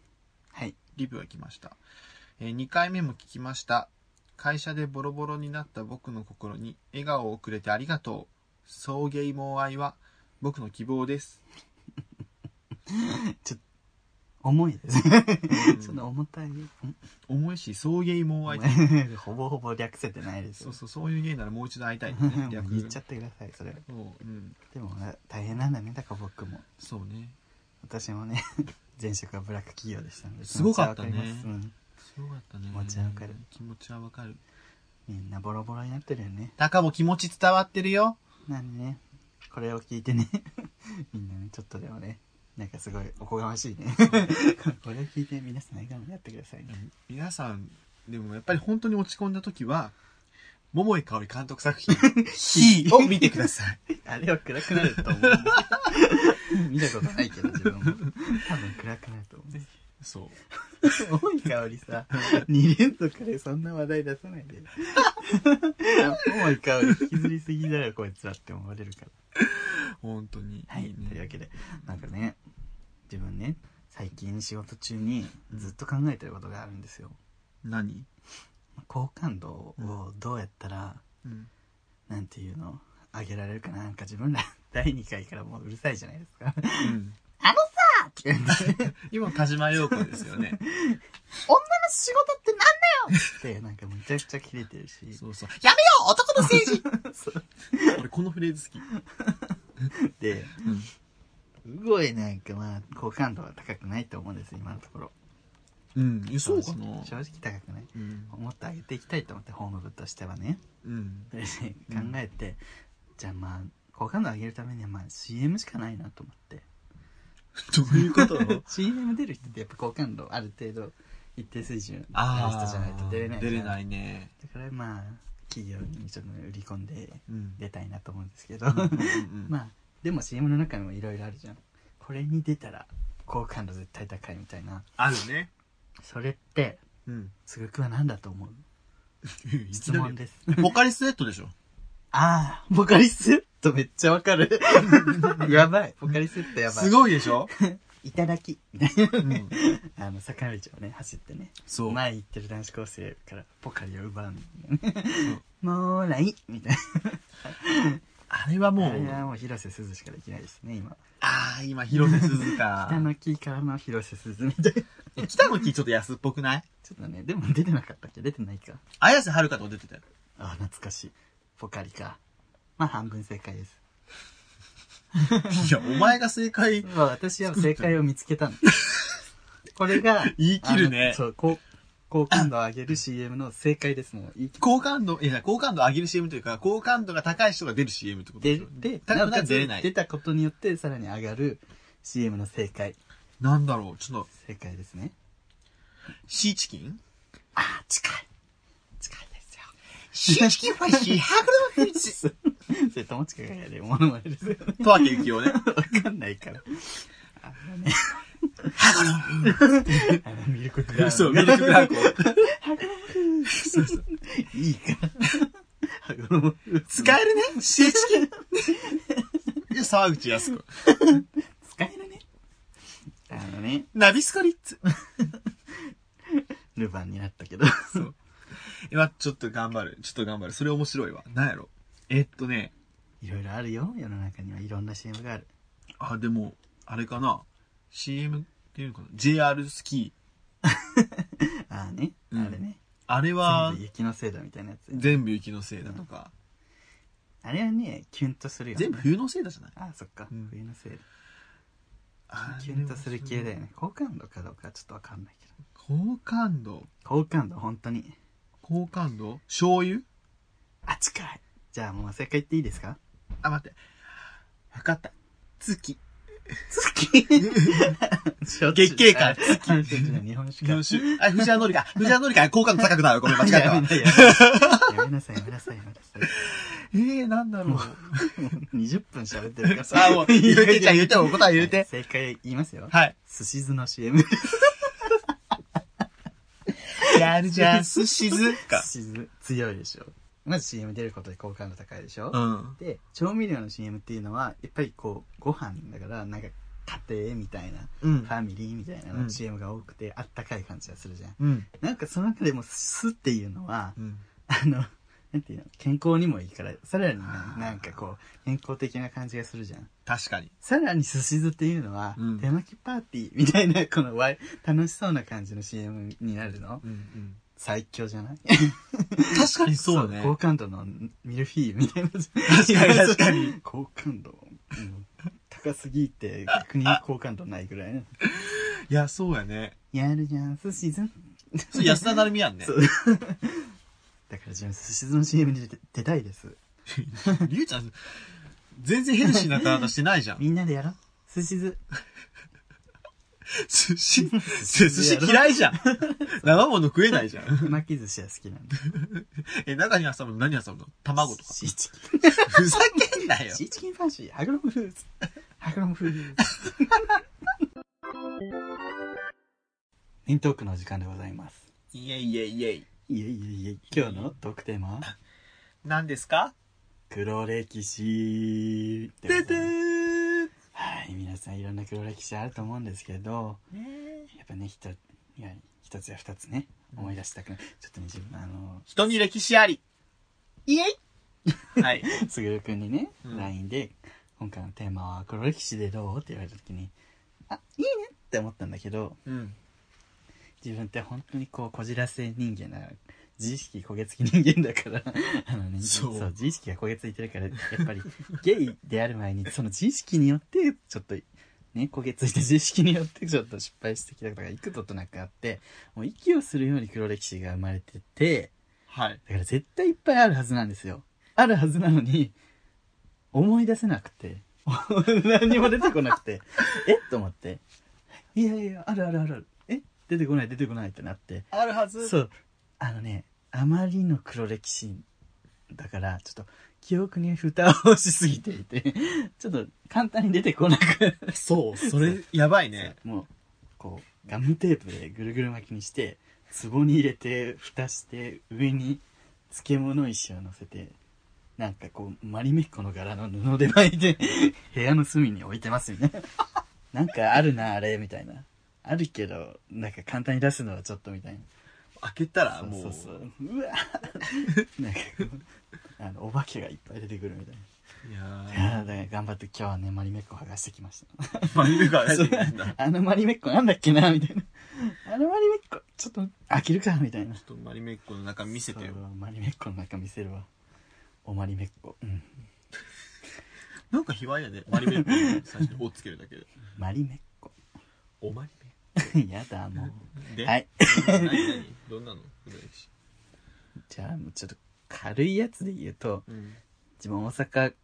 Speaker 1: はい。
Speaker 2: リブが来ました。え2回目も聞きました。会社でボロボロになった僕の心に笑顔をくれてありがとう。送迎も愛は僕の希望です。
Speaker 1: 重いです。
Speaker 2: うん
Speaker 1: ちょっと重たい。
Speaker 2: 重いし、送迎も愛だ。
Speaker 1: ほぼほぼ略せてないです
Speaker 2: そ
Speaker 1: よ。
Speaker 2: う。そう、そういう芸ならもう一度会いたい、ね
Speaker 1: もう
Speaker 2: 略
Speaker 1: 言っちゃってください、それ。
Speaker 2: そう、うん。
Speaker 1: でも、大変なんだね、高僕も。
Speaker 2: そうね。
Speaker 1: 私もね、 前職はブラック企業でしたので。
Speaker 2: すごかったね
Speaker 1: 気持ちはわかりますうん
Speaker 2: すごかったね。
Speaker 1: 気持ちはわかる。
Speaker 2: 気持ちはわかる。
Speaker 1: みんなボロボロになってるよね。
Speaker 2: タカも気持ち伝わってるよ。
Speaker 1: なんでね、これを聞いてね、 みんなね、ちょっとでもね、なんかすごいおこがましいね。これを聞いて皆さん笑顔になってくださいね。
Speaker 2: 皆さん、でもやっぱり本当に落ち込んだ時は、桃井かおり監督 作品、ヒーを見てください。
Speaker 1: あれは暗くなると思う。 見たことないけど、自分も。多分暗くなると思う。
Speaker 2: そう。
Speaker 1: 多い香りさ、2連続でそんな話題出さないで。多い香り引きずりすぎだよ、こいつらって思われるから。
Speaker 2: 本当に。
Speaker 1: はい、
Speaker 2: ね
Speaker 1: というわけで、なんかね、自分ね、最近仕事中にずっと考えてることがあるんですよ。
Speaker 2: 何
Speaker 1: 好感度をどうやったら、
Speaker 2: うん。
Speaker 1: なんていうの、上げられるかな。なんか自分ら、第2回からもううるさいじゃないです か。女の
Speaker 2: 今、田島陽子ですよね。
Speaker 1: 仕事ってなんだよって、なんかめちゃくちゃキレてるし。
Speaker 2: そうそう。
Speaker 1: やめよう男の政 治そう
Speaker 2: 俺、このフレーズ好き。
Speaker 1: で、すごいなんかまあ、好感度は高くないと思うんです、今のところ。
Speaker 2: うん。えそうかな
Speaker 1: 正直高くない。
Speaker 2: うん。
Speaker 1: もっと上げていきたいと思って、ホーム部としてはね。
Speaker 2: うん。
Speaker 1: で考えて、じゃあまあ、好感度上げるためにはまあ CM しかないなと思って。
Speaker 2: どういうこと
Speaker 1: CM 出る人ってやっぱ好感度ある程度、一定水準あ
Speaker 2: あ
Speaker 1: る
Speaker 2: あ。
Speaker 1: 人じゃないと出れない。。
Speaker 2: 出れないいね。
Speaker 1: だからまあ、企業にちょっと売り込んで
Speaker 2: うん。
Speaker 1: 出たいなと思うんですけど。
Speaker 2: ま
Speaker 1: まあ、でも CM の中にもいろいろあるじゃん。これに出たら、好感度絶対高いみたいな。
Speaker 2: あるね。
Speaker 1: それって、
Speaker 2: うん。
Speaker 1: つぐくは何だと思う 質問です。
Speaker 2: ポカリスエットでしょ。
Speaker 1: ああ、ポカリスエットめっちゃわか る。やばい。ポカリスエットやばい。
Speaker 2: すごいでしょ、
Speaker 1: い。ただき。
Speaker 2: うん、
Speaker 1: あの、坂道をね、走ってね。
Speaker 2: そう。
Speaker 1: 前行ってる男子高生からポカリを奪うんだよね。もうないみたい
Speaker 2: あれは
Speaker 1: な。
Speaker 2: も
Speaker 1: あれは
Speaker 2: う、
Speaker 1: もう広瀬すずしかできないですね、今。
Speaker 2: ああ、今、広瀬すずか
Speaker 1: 北。の木からの広瀬すずみたいな。
Speaker 2: え北の木ちょっと安っぽくない
Speaker 1: ちょっとね、でも出てなかったっけ出てないか。
Speaker 2: 綾瀬はるかとか出 てたよ。
Speaker 1: あ、懐かしい。ポカリか。まあ、半分正解です。
Speaker 2: いや、お前が正解
Speaker 1: まあ、私は正解を見つけたの。これが、
Speaker 2: 言い切るね
Speaker 1: あのそう、こう好感度を上げる CM の正解ですもん。言い切っ
Speaker 2: 好感度、いや、好感度上げる CM というか、好感度が高い人が出る CM ってこと
Speaker 1: て
Speaker 2: しょ
Speaker 1: で、
Speaker 2: 高くな
Speaker 1: なお
Speaker 2: い
Speaker 1: か
Speaker 2: と
Speaker 1: つ
Speaker 2: 出れな
Speaker 1: 出
Speaker 2: い。
Speaker 1: たことによってさらに上がる CM の正解。
Speaker 2: なんだろう、ちょっと、
Speaker 1: 正解ですね。
Speaker 2: シーチキン
Speaker 1: あ、近い。近いですよ。
Speaker 2: シーチキンファイシー、ハグルフィッチ
Speaker 1: それ友近がやるものまねですよね。
Speaker 2: とわけゆきをね。
Speaker 1: わかんないから。あのね。あの、ミルククラウン。
Speaker 2: そう、ミルクブランコ。
Speaker 1: いいから。あの
Speaker 2: 使えるね、シーチ キン。いや、沢口康子。
Speaker 1: 使えるね。あのね、
Speaker 2: ナビスコリッツ。
Speaker 1: ルヴァンになったけど。
Speaker 2: そう。今、ちょっと頑張る。ちょっと頑張る。それ面白いわ。なんやろ。えっとね、
Speaker 1: いろいろあるよ。世の中にはいろんな CM がある。
Speaker 2: あ、でも、あれかな。CM っていうのかな。JR スキー。
Speaker 1: ああね、
Speaker 2: うん
Speaker 1: あれね。
Speaker 2: あれは
Speaker 1: 全部、雪のせいだみたいなやつ。
Speaker 2: 全部雪のせいだとか。
Speaker 1: あれはね、キュンとするよ、ね。
Speaker 2: 全部冬のせいだじゃない
Speaker 1: ああ、そっか。
Speaker 2: うん
Speaker 1: 冬のせいだ。
Speaker 2: あれ
Speaker 1: キュンとする系だよね。好感度かどうかはちょっとわかんないけど。
Speaker 2: 好感度。
Speaker 1: 好感度、本当に。
Speaker 2: 好感度醤油
Speaker 1: あ、近い。じゃあもう正解言っていいですか
Speaker 2: あ、待って。わかった。月。
Speaker 1: 月
Speaker 2: 月経感
Speaker 1: 月。日本酒
Speaker 2: 日
Speaker 1: か
Speaker 2: 本。酒。あ、藤原紀香。藤原紀香、好感度高くなる。ごめん、間違えた
Speaker 1: や
Speaker 2: わ
Speaker 1: め。なさい、やめなさい、やめなさい。
Speaker 2: えー、なんだろう。
Speaker 1: 20分喋ってるから
Speaker 2: さあ、もう、言うて、じゃあ言うて、お答え言うて。
Speaker 1: 正解言いますよ。
Speaker 2: はい。
Speaker 1: すし酢の CM。
Speaker 2: やるじゃん。すしず
Speaker 1: す。し酢、強いでしょ。まず CM 出ることで好感度高いでしょ。
Speaker 2: うん。
Speaker 1: で、調味料の CM っていうのは、やっぱりこう、ご飯だから、なんか、家庭みたいな、
Speaker 2: うん
Speaker 1: フ。ァミリーみたいな
Speaker 2: う
Speaker 1: の
Speaker 2: ん
Speaker 1: CM が多くて、あったかい感じがするじゃん。
Speaker 2: うん。
Speaker 1: なんかその中でも、酢っていうの は、
Speaker 2: うん。
Speaker 1: あの、なんていうの、健康にもいいから、さらにななんかこう、健康的な感じがするじゃん。
Speaker 2: 確かに。
Speaker 1: さらにすし酢っていうのは、
Speaker 2: うん
Speaker 1: 手巻きパーティーみたいな、このわい、楽しそうな感じの CM になるの
Speaker 2: うん。
Speaker 1: 最強じゃない
Speaker 2: 確かにそうね。
Speaker 1: 好感度のミルフィーユみたいな。確
Speaker 2: かに確かに。
Speaker 1: 好感度、うん高すぎて、逆に好感度ないぐらいの。
Speaker 2: いや、そうやね。
Speaker 1: やるじゃん、すし酢。
Speaker 2: そう、安田成美やんね
Speaker 1: そ。う。だから自分、すし酢の CM に出て出たいです。
Speaker 2: りゅうちゃん、全然ヘルシーな体してない じゃん。
Speaker 1: みんなでやろう。すし酢。
Speaker 2: 寿司、寿司嫌いじゃん。生もの食えないじゃん。
Speaker 1: 巻き寿司は好きなんだ。
Speaker 2: え、中に挟むの何挟むの卵とか。
Speaker 1: シーチキン。
Speaker 2: ふざけんなよ
Speaker 1: シ。ーチキンファンシー。ハグロムフーズ。ハグロムフーズ。ミントークの時間でございます。
Speaker 2: いえいえいえい。
Speaker 1: いえいえいえ、今日のトークテーマは、
Speaker 2: 何ですか
Speaker 1: 黒歴史でございます
Speaker 2: ててーん。
Speaker 1: はい、皆さんいろんな黒歴史あると思うんですけど、
Speaker 2: ね
Speaker 1: やっぱね、一ついや一つや二つね、思い出したくない。ちょっとね、自分、あの、
Speaker 2: 人に歴史あり。
Speaker 1: イエイ
Speaker 2: はい。
Speaker 1: すぐるくんにね、
Speaker 2: うん
Speaker 1: LINE で、今回のテーマは黒歴史でどうって言われた時に、あ、いいねって思ったんだけど、
Speaker 2: うん。
Speaker 1: 自分って本当にこう、こじらせ人間な、自意識焦げ付き人間だから、 あのね、
Speaker 2: そう
Speaker 1: 自意識が焦げ付いてるから、やっぱり、 ゲイである前に、その自意識によって、ちょっと、ね、焦げ付いて自意識によってちょっと失敗してきたことが幾度となくあって、もう息をするように黒歴史が生まれてて、
Speaker 2: はい。
Speaker 1: だから絶対いっぱいあるはずなんですよ。あるはずなのに、思い出せなくて、 何も出てこなくて、 えっと思って、いやいや、あるあるあるある、え出てこない出てこないってなって、
Speaker 2: あるはず
Speaker 1: そう、あのね、あまりの黒歴史だから、ちょっと記憶に蓋をしすぎていて、ちょっと簡単に出てこなく
Speaker 2: そう、それ、やばいね。
Speaker 1: もう、こう、ガムテープでぐるぐる巻きにして、壺に入れて、蓋して、上に漬物石を乗せて、なんかこう、マリメッコの柄の布で巻いて、 部屋の隅に置いてますみ たいな。なんかあるな、あれ、みたいな。あるけど、なんか簡単に出すのはちょっとみたいな。
Speaker 2: 開けたら、
Speaker 1: そう
Speaker 2: もう。
Speaker 1: そうそう。う わなんかこう、あの、お化けがいっぱい出てくるみたいな。
Speaker 2: いや
Speaker 1: いやーだから頑張って今日はね、マリメッコ剥がしてきました。
Speaker 2: ー、マリメが出てくるんだ。ち ょ
Speaker 1: あのマリメッコなんだっけなみたいな。あのマリメッコ、ちょっと飽きるかみたいな。
Speaker 2: っとマリメッコの中見せてよ
Speaker 1: そ。うマリメッコの中見せるわ。おマリメッコ。うん。
Speaker 2: なんか卑猥やね。マリメッコの最初にをつけるだけで。
Speaker 1: マリメッコ。
Speaker 2: おマリメ
Speaker 1: やだ、もう。
Speaker 2: で、
Speaker 1: はい。
Speaker 2: 何何どんなの黒歴史。
Speaker 1: じゃあ、もうちょっと軽いやつで言うと、
Speaker 2: うん。
Speaker 1: 自分大阪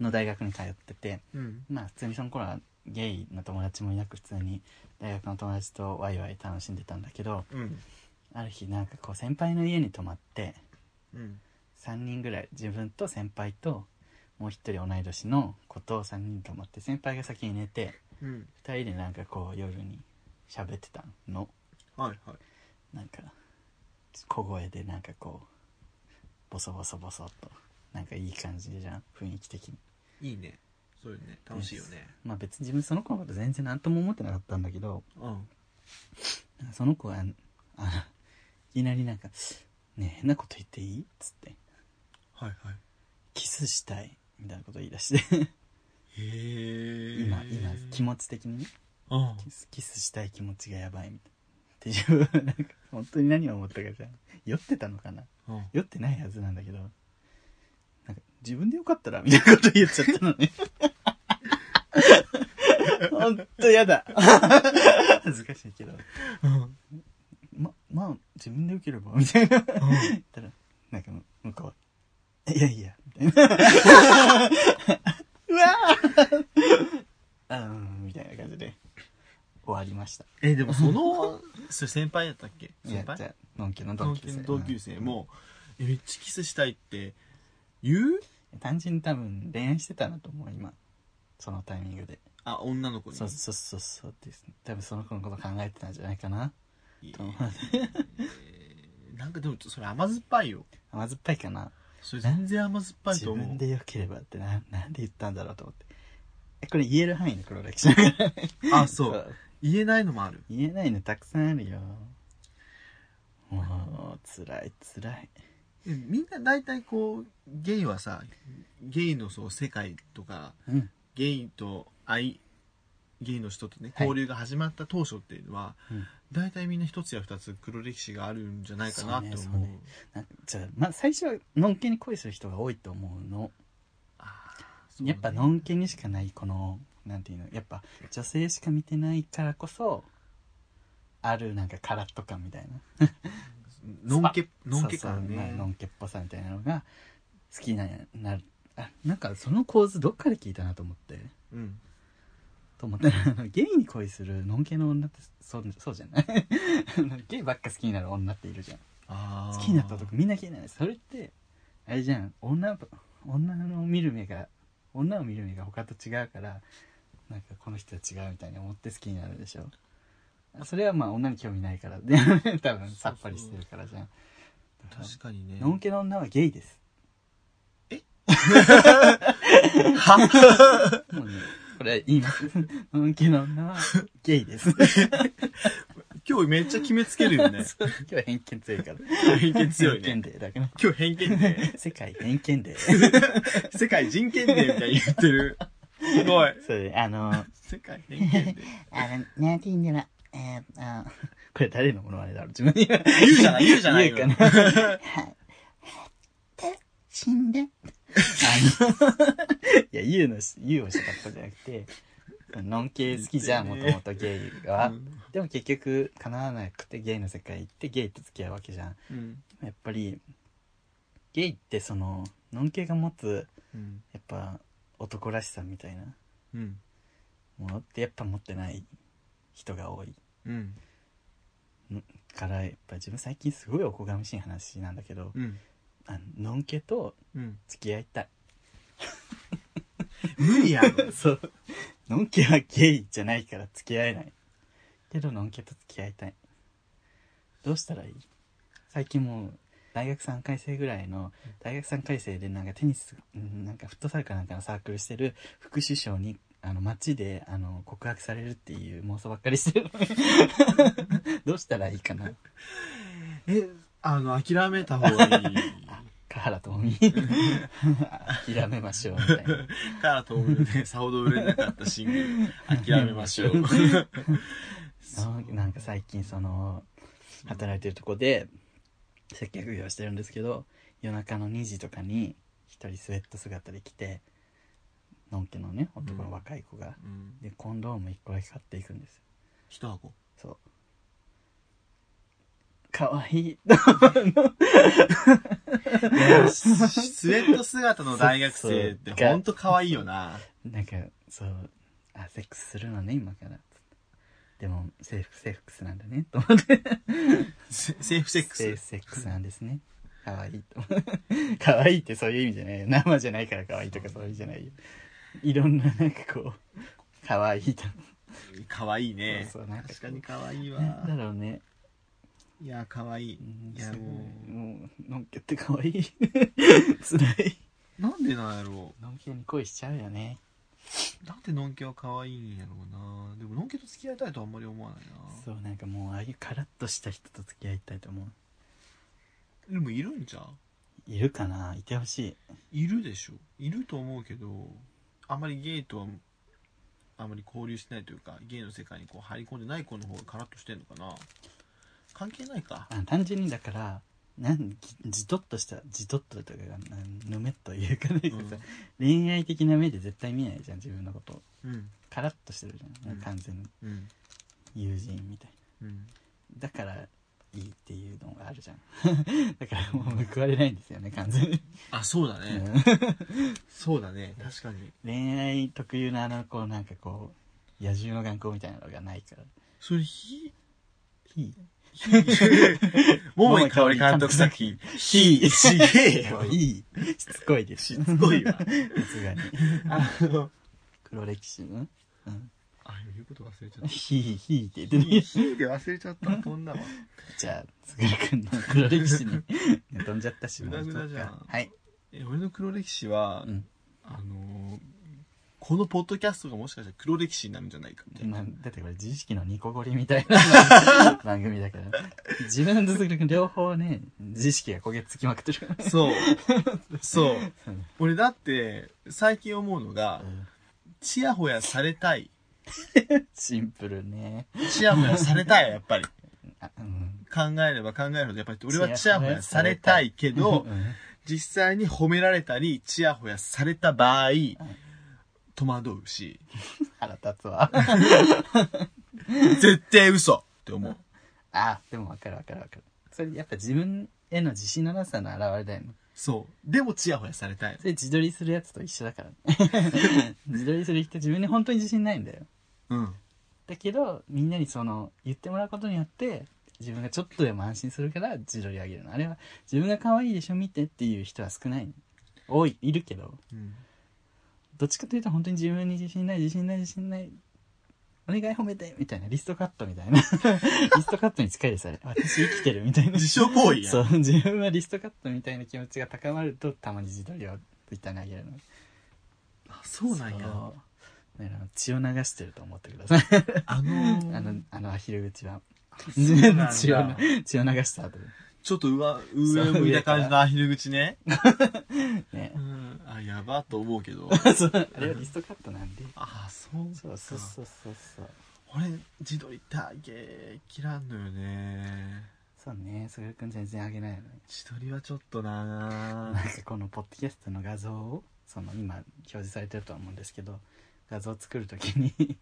Speaker 1: の大学に通ってて、
Speaker 2: うん。
Speaker 1: まあ普通にその頃はゲイの友達もいなく普通に大学の友達とワイワイ楽しんでたんだけど、
Speaker 2: うん。
Speaker 1: ある日なんかこう先輩の家に泊まって、
Speaker 2: うん。
Speaker 1: 3人ぐらい自分と先輩ともう一人同い年の子と3人と思って先輩が先に寝て
Speaker 2: うん。
Speaker 1: 2人でなんかこう夜に喋ってたの
Speaker 2: はいはい。
Speaker 1: なんか小声でなんかこうボソボソボソっとなんかいい感じじゃん雰囲気的に
Speaker 2: いいね。そういうね。楽しいよね。
Speaker 1: まあ別に自分その子のこと全然何とも思ってなかったんだけど
Speaker 2: うん。
Speaker 1: なんかその子があのいきなりなんか「ねえ変なこと言っていい?」っつって
Speaker 2: はいは
Speaker 1: 「キスしたい」みたいなこと言い出して
Speaker 2: い。へえ。
Speaker 1: 今今気
Speaker 2: 持
Speaker 1: 持ち的にね
Speaker 2: うん。
Speaker 1: キスキスしたい気持ちがやばいみたいな。で、自分はなんか、本当に何を思ったかじゃん。酔ってたのかな
Speaker 2: うん。
Speaker 1: 酔ってないはずなんだけど、なんか、自分でよかったらみたいなこと言っちゃったの ね。本当やだ。恥ずかしいけど。
Speaker 2: うん。
Speaker 1: ま、まあ、自分で受ければみたいな。
Speaker 2: うん
Speaker 1: 言ったら、なんか向こうは、いやいや、み たいな。うわぁうん、みたいな感じで、終わりました。
Speaker 2: え、でもそ の、それ先輩だったっけ
Speaker 1: いや
Speaker 2: 先
Speaker 1: じ
Speaker 2: 輩
Speaker 1: ゃあのんきの同
Speaker 2: 同
Speaker 1: 級
Speaker 2: 級
Speaker 1: 生。
Speaker 2: 生同級生も、え、めっちゃキスしたいって、言う
Speaker 1: うん単純に多分恋愛してたなと思う、今。そのタイミングで。
Speaker 2: あ、女の子に。
Speaker 1: そうそうそうそうです。多分その子のこと考えてたんじゃないかな。
Speaker 2: いい
Speaker 1: と思う
Speaker 2: えーなんかでも、それ甘酸っぱいよ。
Speaker 1: 甘酸っぱいかな。
Speaker 2: それ全然甘酸っぱい
Speaker 1: 自
Speaker 2: と思う。
Speaker 1: 分で良ければってな、なんで言ったんだろうと思って。えこれ言える範囲の黒歴史だから。
Speaker 2: あ、そう。。言えないのもある。
Speaker 1: 言えないのたくさんあるよ。もう、辛い辛い。
Speaker 2: えみんな大体こう、ゲイはさ、ゲイのそう、世界とか、
Speaker 1: うん。
Speaker 2: ゲイと愛、ゲイの人とね、
Speaker 1: はい
Speaker 2: 交流が始まった当初っていうのは、
Speaker 1: うん
Speaker 2: 大体みんな一つや二つ黒歴史があるんじゃないかなって
Speaker 1: そう
Speaker 2: 思う。
Speaker 1: ねそうねなんじゃあ、まあ、最初は、のんけに恋する人が多いと思うの。
Speaker 2: あーそうね
Speaker 1: やっぱ、のんけにしかない、この、なんていうの、やっぱ、女性しか見てないからこそ、ある、なんか、カラッと感みたいな。
Speaker 2: のんけ、
Speaker 1: そう
Speaker 2: のんけ感
Speaker 1: そうまあの
Speaker 2: ね。
Speaker 1: んけっぽさみたいなのが、好きな、なる。あ、なんか、その構図、どっかで聞いたなと思って。
Speaker 2: うん。
Speaker 1: と思ったら、あのゲイに恋するのんけの女ってそうそうじゃないあのゲイばっか好きになる女っているじゃん。
Speaker 2: あー
Speaker 1: 好きになったとこみんな気になる。それって、あれじゃん、女ば、女の見る目が、女を見る目が他と違うから、なんかこの人は違うみたいに思って好きになるでしょ。それはまあ女に興味ないから、 で多分さっぱりしてるからじゃん。だから
Speaker 2: 確かにね。
Speaker 1: のんけの女はゲイです。
Speaker 2: は
Speaker 1: もうね、これ言います。 のんけの女はゲイです。
Speaker 2: 今日めっちゃ決めつけるよ ね。
Speaker 1: そう今日は偏見強いから。
Speaker 2: 偏見強い
Speaker 1: 偏
Speaker 2: ね。
Speaker 1: 見で、だから。
Speaker 2: 今日偏見 で、
Speaker 1: 世界偏見で。
Speaker 2: 世界人権でみたいに言ってる。すごい。
Speaker 1: そう、あの、あ
Speaker 2: 世界偏見で。
Speaker 1: の、なんて言うんだろう、えー、あの これ誰のものまねだろう自分で言う。
Speaker 2: 言うじゃない、言うじゃない
Speaker 1: 言う
Speaker 2: よ。
Speaker 1: かな。はい。死んで。あの、いや、言うのし、言うをしたかったじゃなくて、ノン系好きじゃん、もともとゲイは。
Speaker 2: うん
Speaker 1: でも結局、叶わなくてゲイの世界行ってゲイと付き合うわけじゃん。
Speaker 2: うん
Speaker 1: やっぱり、ゲイってその、ノン系が持つ、
Speaker 2: うん
Speaker 1: やっぱ、男らしさみたいな。
Speaker 2: うん
Speaker 1: ものってやっぱ持ってない人が多い
Speaker 2: うん
Speaker 1: からやっぱ自分最近すごいおこがましい話なんだけど、
Speaker 2: うん
Speaker 1: あののんけと
Speaker 2: うん
Speaker 1: 付き合いたい
Speaker 2: 無理やろ
Speaker 1: そうのんけはゲイじゃないから付き合えないけどのんけと付き合いたいどうしたらいい最近もう大学3回生ぐらいの大学3回生でなんかテニスうんなんかフットサルかなんかのサークルしてる副首相にあの街であの告白されるっていう妄想ばっかりして るどうしたらいいかな
Speaker 2: えあの諦めた方がい い
Speaker 1: カハラともみ諦めましょうみたいな
Speaker 2: からと思う ねさほど売れなかったシングル諦めましょう
Speaker 1: なんなんか最近その働いてるとこで接客業してるんですけど夜中の2時とかに一人スウェット姿で来てのんけのね男の若い子が、
Speaker 2: うん
Speaker 1: でコンドーム1個だけ買っていくんですよ
Speaker 2: 一箱
Speaker 1: そうかわいい
Speaker 2: ススウェット姿の大学生ってほんと可愛いよな
Speaker 1: なんかそうあセックスするのね今からでも制服制服なんだねと思って
Speaker 2: セセーフセック
Speaker 1: セー
Speaker 2: ス
Speaker 1: フセックスなんですね。かわいいと。 かわいいってそういう意味じゃないよ。生じゃないからかわいいとかそういう意味じゃないよ。いろんななんかこう、かわいいと。
Speaker 2: 可愛いね
Speaker 1: そうそうなんか
Speaker 2: 確かに可愛い
Speaker 1: なんだ
Speaker 2: わ
Speaker 1: ろうね。
Speaker 2: いや可愛い
Speaker 1: うん
Speaker 2: いや
Speaker 1: すごい
Speaker 2: もう
Speaker 1: もう、のんけってかわいい。つらい。
Speaker 2: なんでなんやろ
Speaker 1: のんけに恋しちゃうよね。
Speaker 2: うなんでのんけは可愛いんやろうなでものんけと付き合いたいとはあんまり思わないな
Speaker 1: そう、なんかもう、ああいうカラッとした人と付き合いたいと思う。
Speaker 2: でもいるんじゃん
Speaker 1: いるかないてほしい。
Speaker 2: いるでしょいると思うけどあまりゲイとはあまり交流してないというかゲイの世界にこう入り込んでない子の方がカラッとしてんのかな関係ないか
Speaker 1: あ単純にだから、なんじじとっとした、じとっとというか、なんぬめっというか、なんかさ、恋愛的な目で絶対見ないじゃん、自分のことを。
Speaker 2: うん
Speaker 1: カラッとしてるじゃん、
Speaker 2: うん
Speaker 1: 完全に
Speaker 2: うん
Speaker 1: 友人みたい
Speaker 2: うん
Speaker 1: なだからいいっていうのがあるじゃん。だからもう報われないんですよね、完全に。
Speaker 2: あ、そうだ
Speaker 1: う
Speaker 2: ね。
Speaker 1: ん
Speaker 2: そうだね。確かに。
Speaker 1: 恋愛特有のあの、こう、なんかこう、野獣の眼光みたいなのがないから。
Speaker 2: それ、ひ、
Speaker 1: ひ、
Speaker 2: 桃井かおり監督作品。
Speaker 1: ひ、
Speaker 2: ちげえよ。
Speaker 1: いい。しつこいです。しつ
Speaker 2: すごい。わ。
Speaker 1: さすがに。
Speaker 2: あの、
Speaker 1: 黒歴史の、うん。
Speaker 2: あ、言うこと忘れちゃった。
Speaker 1: ひ、ひって言って
Speaker 2: ひ
Speaker 1: ね。
Speaker 2: ひで忘れちゃった。こんなわ。
Speaker 1: じゃあ、つぐるくんの黒歴史 に飛んじゃったし、
Speaker 2: ぐだぐだじゃん
Speaker 1: もうちょっとはい。
Speaker 2: え、俺の黒歴史は、
Speaker 1: うん。
Speaker 2: あのー、このポッドキャストがもしかしたら黒歴史になるんじゃないかみたいな。
Speaker 1: まあだってこれ、自意識のニコゴリみたいな番組だから。自分とつぐるくん両方ね、自意識が焦げつきまくってるからね。
Speaker 2: そう。そう。
Speaker 1: うん
Speaker 2: 俺だって、最近思うのが、チヤホヤされたい。
Speaker 1: シンプルね。
Speaker 2: チヤホヤされたい、やっぱり。
Speaker 1: あうん
Speaker 2: 考えれば考えるほど、やっぱり俺はチヤホヤされたいけど
Speaker 1: う、ん
Speaker 2: 実際に褒められたり、チヤホヤされた場合、戸惑うし、
Speaker 1: 腹立つわ。
Speaker 2: 絶対嘘って思う。
Speaker 1: あ、でもわかるわかるわかる。それやっぱ自分への自信のなさの表れだよね。
Speaker 2: そう。でもチヤホヤされたい。
Speaker 1: それ自撮りするやつと一緒だからね。自撮りする人自分に本当に自信ないんだよ。
Speaker 2: うん。
Speaker 1: だけど、みんなにその、言ってもらうことによって、自分がちょっとでも安心するから自撮り上げるの。あれは、自分が可愛いでしょ見てっていう人は少ない。多い、いるけど、
Speaker 2: うん
Speaker 1: どっちかというと本当に自分に自信ない、自信ない、自信ない。お願い褒めてみたいな、リストカットみたい な。リストカットに近いです、あれ。私生きてるみたいな。
Speaker 2: 自傷行為やん。
Speaker 1: そう、自分はリストカットみたいな気持ちが高まると、たまに自撮りを一旦投げるの。
Speaker 2: あそうなんや。
Speaker 1: そうだから血を流してると思ってください。
Speaker 2: あのー
Speaker 1: あの、あのアヒル口は。
Speaker 2: そうなん だ
Speaker 1: 血を流血を流した後で。
Speaker 2: ちょっと上、上向いた感じのアヒル口ね。
Speaker 1: ね
Speaker 2: う。ん。あ、やばと思うけ ど。
Speaker 1: そうあれはリストカットなんで。
Speaker 2: あ、そうか。
Speaker 1: そうそうそうそうそう。
Speaker 2: 俺、自撮りたげ、切らんのよね。
Speaker 1: そうね、それくん全然あげないよね。
Speaker 2: 自撮りはちょっと
Speaker 1: な
Speaker 2: なん
Speaker 1: かこのポッドキャストの画像を、その今表示されてるとは思うんですけど、画像を作るときに、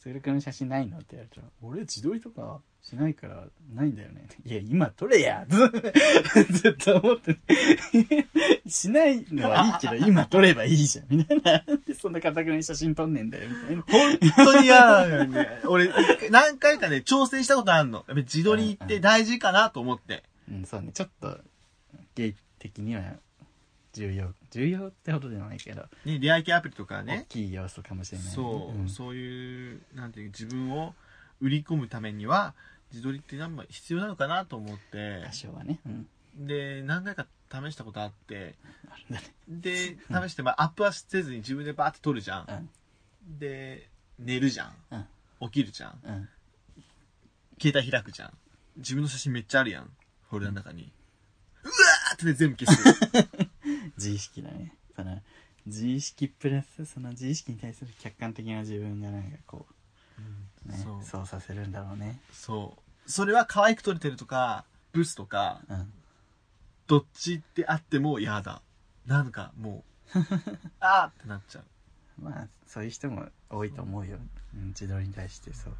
Speaker 1: つぐるくんの写真ないのって言われたら、俺自撮りとかしないからないんだよね。いや、今撮れや ずっと思ってね しないのはいいけど、今撮ればいいじゃん。みたいな。なんでそんな固くなに写真撮んねんだよ、みたいな。
Speaker 2: 本当に嫌なのよね。俺、何回かね、挑戦したことあるの。やっぱり自撮りって大事かなと思って。
Speaker 1: うん、そうね。ちょっと、ゲイ的には重要。重要ってほどでもないけど、
Speaker 2: ね、出会い系アプリとか
Speaker 1: 大
Speaker 2: ね。
Speaker 1: きい要素かもしれないね。
Speaker 2: そう、
Speaker 1: ん
Speaker 2: そういう、なんていう、自分を売り込むためには、自撮りって何枚必要なのかなと思って。
Speaker 1: 多少はね。うん。
Speaker 2: で何回か試したことあって
Speaker 1: あるんだね。
Speaker 2: で試して、まあ、アップはせずに自分でバーって撮るじゃん
Speaker 1: うん。
Speaker 2: で寝るじゃん
Speaker 1: うん。
Speaker 2: 起きるじゃん
Speaker 1: うん。
Speaker 2: 携帯開くじゃん自分の写真めっちゃあるやんフォルダの中にうわーってね全部 消す
Speaker 1: 自意識だね。その、自意識プラス、その自意識に対する客観的な自分がなんかこう、ね、
Speaker 2: そう
Speaker 1: そうさせるんだろうね。
Speaker 2: そうそれは可愛く撮れてるとかブスとか
Speaker 1: うん。
Speaker 2: どっちってあっても嫌だなんかも うあーってなっちゃう
Speaker 1: まあ、そういう人も多いと思うよ。うん、自撮りに対してそう。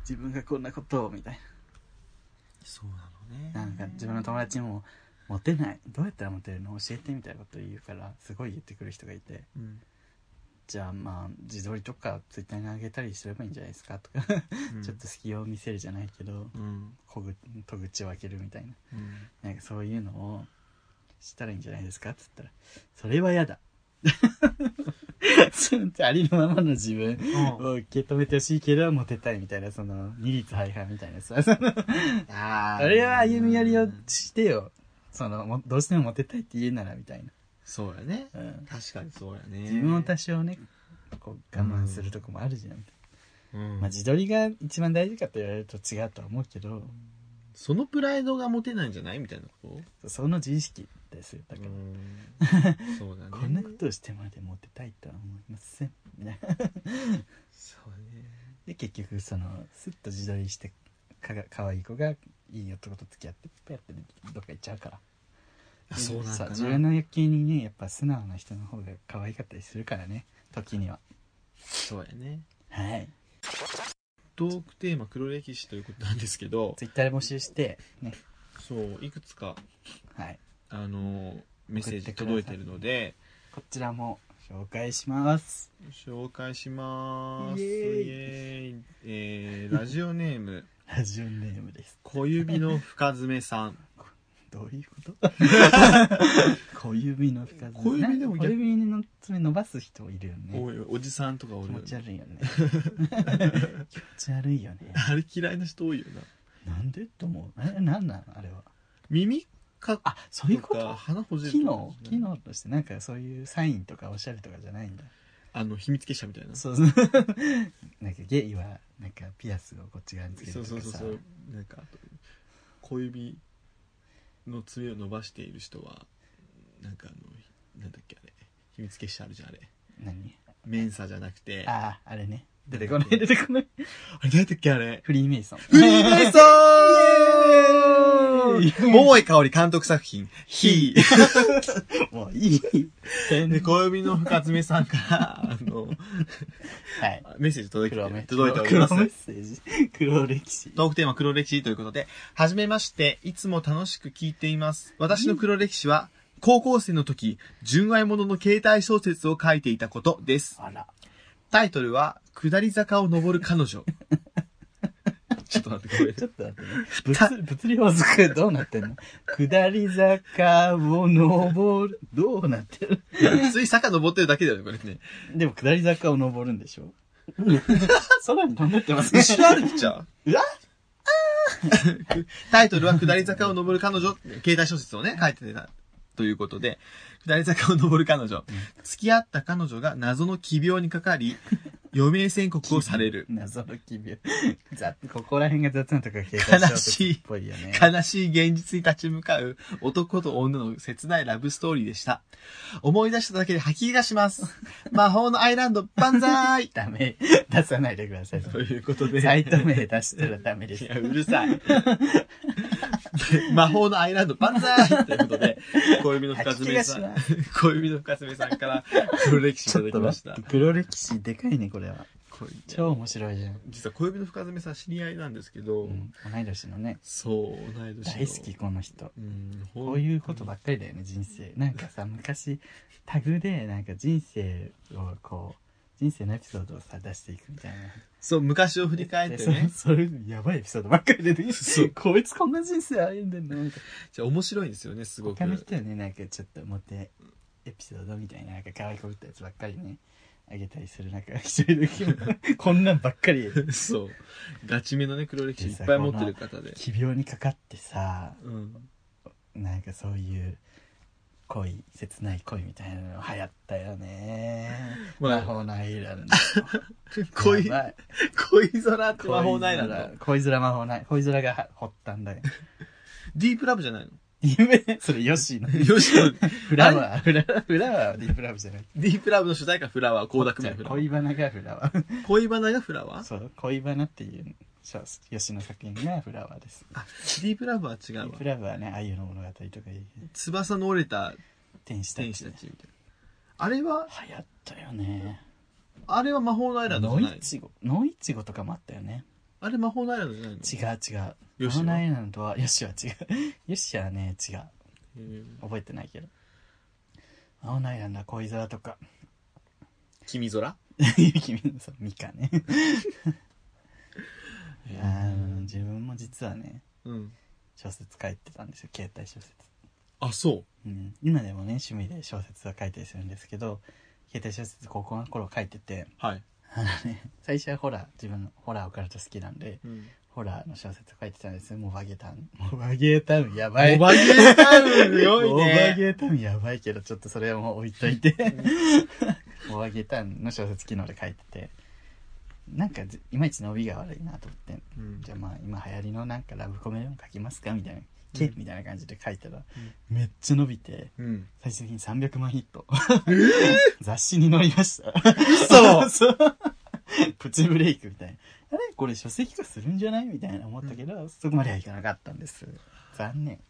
Speaker 1: 自分がこんなことを、みたい
Speaker 2: そうなのね
Speaker 1: な。なんか自分の友達も、モテない。どうやったらモテるの教えてみたいなこと言うから、すごい言ってくる人がいて、
Speaker 2: うん
Speaker 1: じゃあまあ、自撮りとか、ツイッターに上げたりすればいいんじゃないですかとか、
Speaker 2: うん
Speaker 1: ちょっと隙を見せるじゃないけど、
Speaker 2: うん
Speaker 1: 小口戸口を開けるみたいな。
Speaker 2: うん
Speaker 1: なんかそういうのをしたらいいんじゃないですかって言ったら、それは嫌だ。 そうありのままの自分
Speaker 2: うん
Speaker 1: を受け止めてほしいけど、モテたいみたいな、その、二律背反みたいなさ、その
Speaker 2: あ
Speaker 1: あれは歩み寄りをしてよ。その、もどうしてもモテたいって言うならみたい
Speaker 2: そうやね
Speaker 1: な。うん。
Speaker 2: 確かにそうやね
Speaker 1: 自分を多少ね、こう我慢するとこもあるじゃん。
Speaker 2: うん
Speaker 1: まあ自撮りが一番大事かと言われると違うとは思うけど、
Speaker 2: そのプライドが持てないんじゃないみたいなこ
Speaker 1: その自意識ですよ。だ
Speaker 2: と
Speaker 1: から、
Speaker 2: うんそうだね
Speaker 1: こんなことをしてまでモテたいとは思いません。みたいな
Speaker 2: そうね
Speaker 1: で結局そのスッと自撮りしてかが可愛い子がいい男と付き合ってペッてどっか行っちゃうから
Speaker 2: あそうなん
Speaker 1: そ
Speaker 2: だ
Speaker 1: う自分の欲求にねやっぱ素直な人の方が可愛かったりするからね時には
Speaker 2: そうやね
Speaker 1: はい
Speaker 2: トークテーマ黒歴史ということなんですけど、
Speaker 1: ツイッターで募集して、ね。
Speaker 2: そう、いくつか、
Speaker 1: はい。
Speaker 2: あの、メッセ
Speaker 1: 送
Speaker 2: ー
Speaker 1: ってくだ
Speaker 2: ジ
Speaker 1: さい
Speaker 2: 届いてるので、
Speaker 1: こちらも紹介します。
Speaker 2: 紹介します。
Speaker 1: イエーイ
Speaker 2: イエーイえーラジオネーム、
Speaker 1: ラジオネームです。
Speaker 2: 小指の深爪さ ん。
Speaker 1: どういうこと 小指の深爪。
Speaker 2: 小指で
Speaker 1: な
Speaker 2: も
Speaker 1: んか小指の爪伸ばす人いるよね。
Speaker 2: おいおいおじさんとかお
Speaker 1: 気
Speaker 2: るよ
Speaker 1: 持
Speaker 2: ね
Speaker 1: ち悪いよ ね。気持ち悪いよね。
Speaker 2: あれ嫌いな人多いよな。
Speaker 1: なんでと思うえ、なんなんあれは。
Speaker 2: 耳か
Speaker 1: あ、そうい
Speaker 2: と
Speaker 1: うこ
Speaker 2: か
Speaker 1: と
Speaker 2: 鼻ほじる
Speaker 1: 機
Speaker 2: とか
Speaker 1: 能機能としてなんかそういうサインとかおしゃれとかじゃないんだ。
Speaker 2: あの秘密結社みたいな
Speaker 1: そう そう。なんかゲイは、なんかピアスをこっち側につけ
Speaker 2: そ
Speaker 1: る
Speaker 2: うそ
Speaker 1: と
Speaker 2: う
Speaker 1: か
Speaker 2: そう
Speaker 1: さ
Speaker 2: そ。うなんかあと小指の爪を伸ばしている人はなんかあのなんだっけあれ秘密結社あるじゃんあれ
Speaker 1: 何
Speaker 2: メンサじゃなくてあ
Speaker 1: ああ、あれね。出てこない、出てこ ない。
Speaker 2: れ誰だっけ あれ
Speaker 1: フリーメイソン。
Speaker 2: フリーメイソ
Speaker 1: イエー
Speaker 2: ン
Speaker 1: イ
Speaker 2: 桃井香織監督作品「ヒー」
Speaker 1: もういい。
Speaker 2: で小指の深爪さんからあの
Speaker 1: はい。
Speaker 2: メッセージ届いて
Speaker 1: 黒目。
Speaker 2: 届いております
Speaker 1: 黒メッセージ。黒歴史。
Speaker 2: トークテーマ黒歴史ということで、はじめまして、いつも楽しく聞いています。私の黒歴史は、高校生の時、純愛物の携帯小説を書いていたことです。
Speaker 1: あら。
Speaker 2: タイトルは、下り坂を登る彼 女。ちょっと待って、ごめん。
Speaker 1: ちょっと待ってね。物物理法則どうなってんの下り坂を登る。どうなってる
Speaker 2: いや普通に坂登ってるだけだよね、これね。
Speaker 1: でも下り坂を登るんでしょ空に飛んでってますね。
Speaker 2: 後ろ歩きちゃう
Speaker 1: うわ
Speaker 2: タイトルは、下り坂を登る彼女、携帯小説をね、書いてた。ということで、下り坂を登る彼女。付き合った彼女が謎の奇病にかかり、余命宣告をされる。
Speaker 1: 謎の奇病。雑、ここら辺が雑なとこが警戒
Speaker 2: 悲しい
Speaker 1: っぽいよね。
Speaker 2: 悲しい現実に立ち向かう男と女の切ないラブストーリーでした。思い出しただけで吐き気がし ます。魔法のアイランド、万歳
Speaker 1: ダメ。出さないでください。
Speaker 2: ということで。
Speaker 1: サイト名出したらダメで
Speaker 2: い
Speaker 1: す。
Speaker 2: や、うるさい。魔法のアイランド、万歳ということで、小指の深爪さん
Speaker 1: 吐き気、
Speaker 2: 小指の深爪さんから黒歴史い
Speaker 1: ち
Speaker 2: た
Speaker 1: ょ
Speaker 2: だ
Speaker 1: っ
Speaker 2: き
Speaker 1: と
Speaker 2: ま
Speaker 1: 待
Speaker 2: し
Speaker 1: ったて。。黒歴史でかいね、これは。
Speaker 2: こう
Speaker 1: 超面白いじゃん。
Speaker 2: 実は小指の深爪さん知り合いなんですけど、
Speaker 1: うん、同い年のね。
Speaker 2: そう、同い年の。
Speaker 1: 大好き、この人。
Speaker 2: うん、
Speaker 1: こういうことばっかりだよね、人生。なんかさ、昔、タグで、なんか人生をこう、人生のエピソードをさ、出していくみたいな。
Speaker 2: そう、昔を振り返っ
Speaker 1: で
Speaker 2: て
Speaker 1: そ
Speaker 2: ね
Speaker 1: れ、。それ、やばいエピソードばっかり出てき
Speaker 2: そ
Speaker 1: て、
Speaker 2: う
Speaker 1: こいつこんな人生歩んでんのみたい
Speaker 2: じゃあ面白いんですよね、す
Speaker 1: な。
Speaker 2: ごく。
Speaker 1: 他の人はね、なんかちょっとモテエピソードみたいな、なんか可愛いこぶったやつばっかりね、あげたりする中、一人だけも、 こんなんばっかり、
Speaker 2: そう。ガチめのね、黒歴史いっぱい持ってる方で。
Speaker 1: 奇病にかかってさ、
Speaker 2: うん。
Speaker 1: なんかそういう恋切ない恋みたいなの流行ったよね
Speaker 2: ま
Speaker 1: 魔
Speaker 2: あ
Speaker 1: 法のアイランド
Speaker 2: 恋、
Speaker 1: やばい
Speaker 2: 恋空って魔法ないなら。
Speaker 1: 恋空魔法ない恋空がは掘ったんだよ
Speaker 2: ディープラブじゃないの
Speaker 1: 夢それヨッシーの
Speaker 2: よし、
Speaker 1: フラワーフラワーフラワーはディープラブじゃない
Speaker 2: ディープラブの主題歌フラワー、光沢面フラワー。
Speaker 1: 恋バナがフラワー
Speaker 2: 恋バナがフラワー
Speaker 1: そう恋バナっていうそうヨッシーの作品がフラワーです
Speaker 2: あ、ディープラブは違
Speaker 1: ディ
Speaker 2: う
Speaker 1: ー
Speaker 2: わ
Speaker 1: プ。ラブはね愛の物語とかいう
Speaker 2: 翼の折れた
Speaker 1: 天使た
Speaker 2: 天
Speaker 1: ち
Speaker 2: 使
Speaker 1: ね
Speaker 2: たちみたいな。あれは、
Speaker 1: 流行ったよね
Speaker 2: あれは魔法のアイランド
Speaker 1: ノ
Speaker 2: じゃ
Speaker 1: イ
Speaker 2: ない
Speaker 1: チゴノイチゴとかもあったよね
Speaker 2: あれ魔法のアイランドじゃないの
Speaker 1: 違う違う。
Speaker 2: ヨ
Speaker 1: ヨ
Speaker 2: シは
Speaker 1: シナイランドは、ヨシは違う。 ヨシはね、違う。
Speaker 2: えー
Speaker 1: 覚えてないけど。青ナイランドは恋空とか。
Speaker 2: 君空
Speaker 1: 君のさ、ミカ ね。あの自分も実はね、
Speaker 2: うん。
Speaker 1: 小説書いてたんですよ。携帯小説。
Speaker 2: あ、そ
Speaker 1: う
Speaker 2: う。
Speaker 1: ん、今でもね、趣味で小説は書いたりするんですけど、携帯小説高校の頃書いてて、
Speaker 2: はい。
Speaker 1: あのね、最初はホラー、自分のホラーオカルト好きなんで、
Speaker 2: うん。
Speaker 1: ホラーの小説を書いてたんですよ。モバゲータウン。モバゲータウン、やばい。
Speaker 2: おばげタウン、よい
Speaker 1: オーバー
Speaker 2: ね。
Speaker 1: ゲータウンやばいけど、ちょっとそれはもう置いといて。 オーバーゲータウンの小説機能で書いてて、なんかずいまいち伸びが悪いなと思って、
Speaker 2: うん
Speaker 1: じゃあまあ今流行りのなんかラブコメでも書きますかみたいな、
Speaker 2: う
Speaker 1: け
Speaker 2: ん
Speaker 1: みたいな感じで書いたら、めっちゃ伸びて、
Speaker 2: うん。
Speaker 1: 最終的に300万ヒット。 雑誌に載りました。
Speaker 2: 嘘
Speaker 1: そうプチブレイクみたいな。あれこれ書籍化するんじゃないみたいな思ったけど、そこまではいかなかったんです。残念。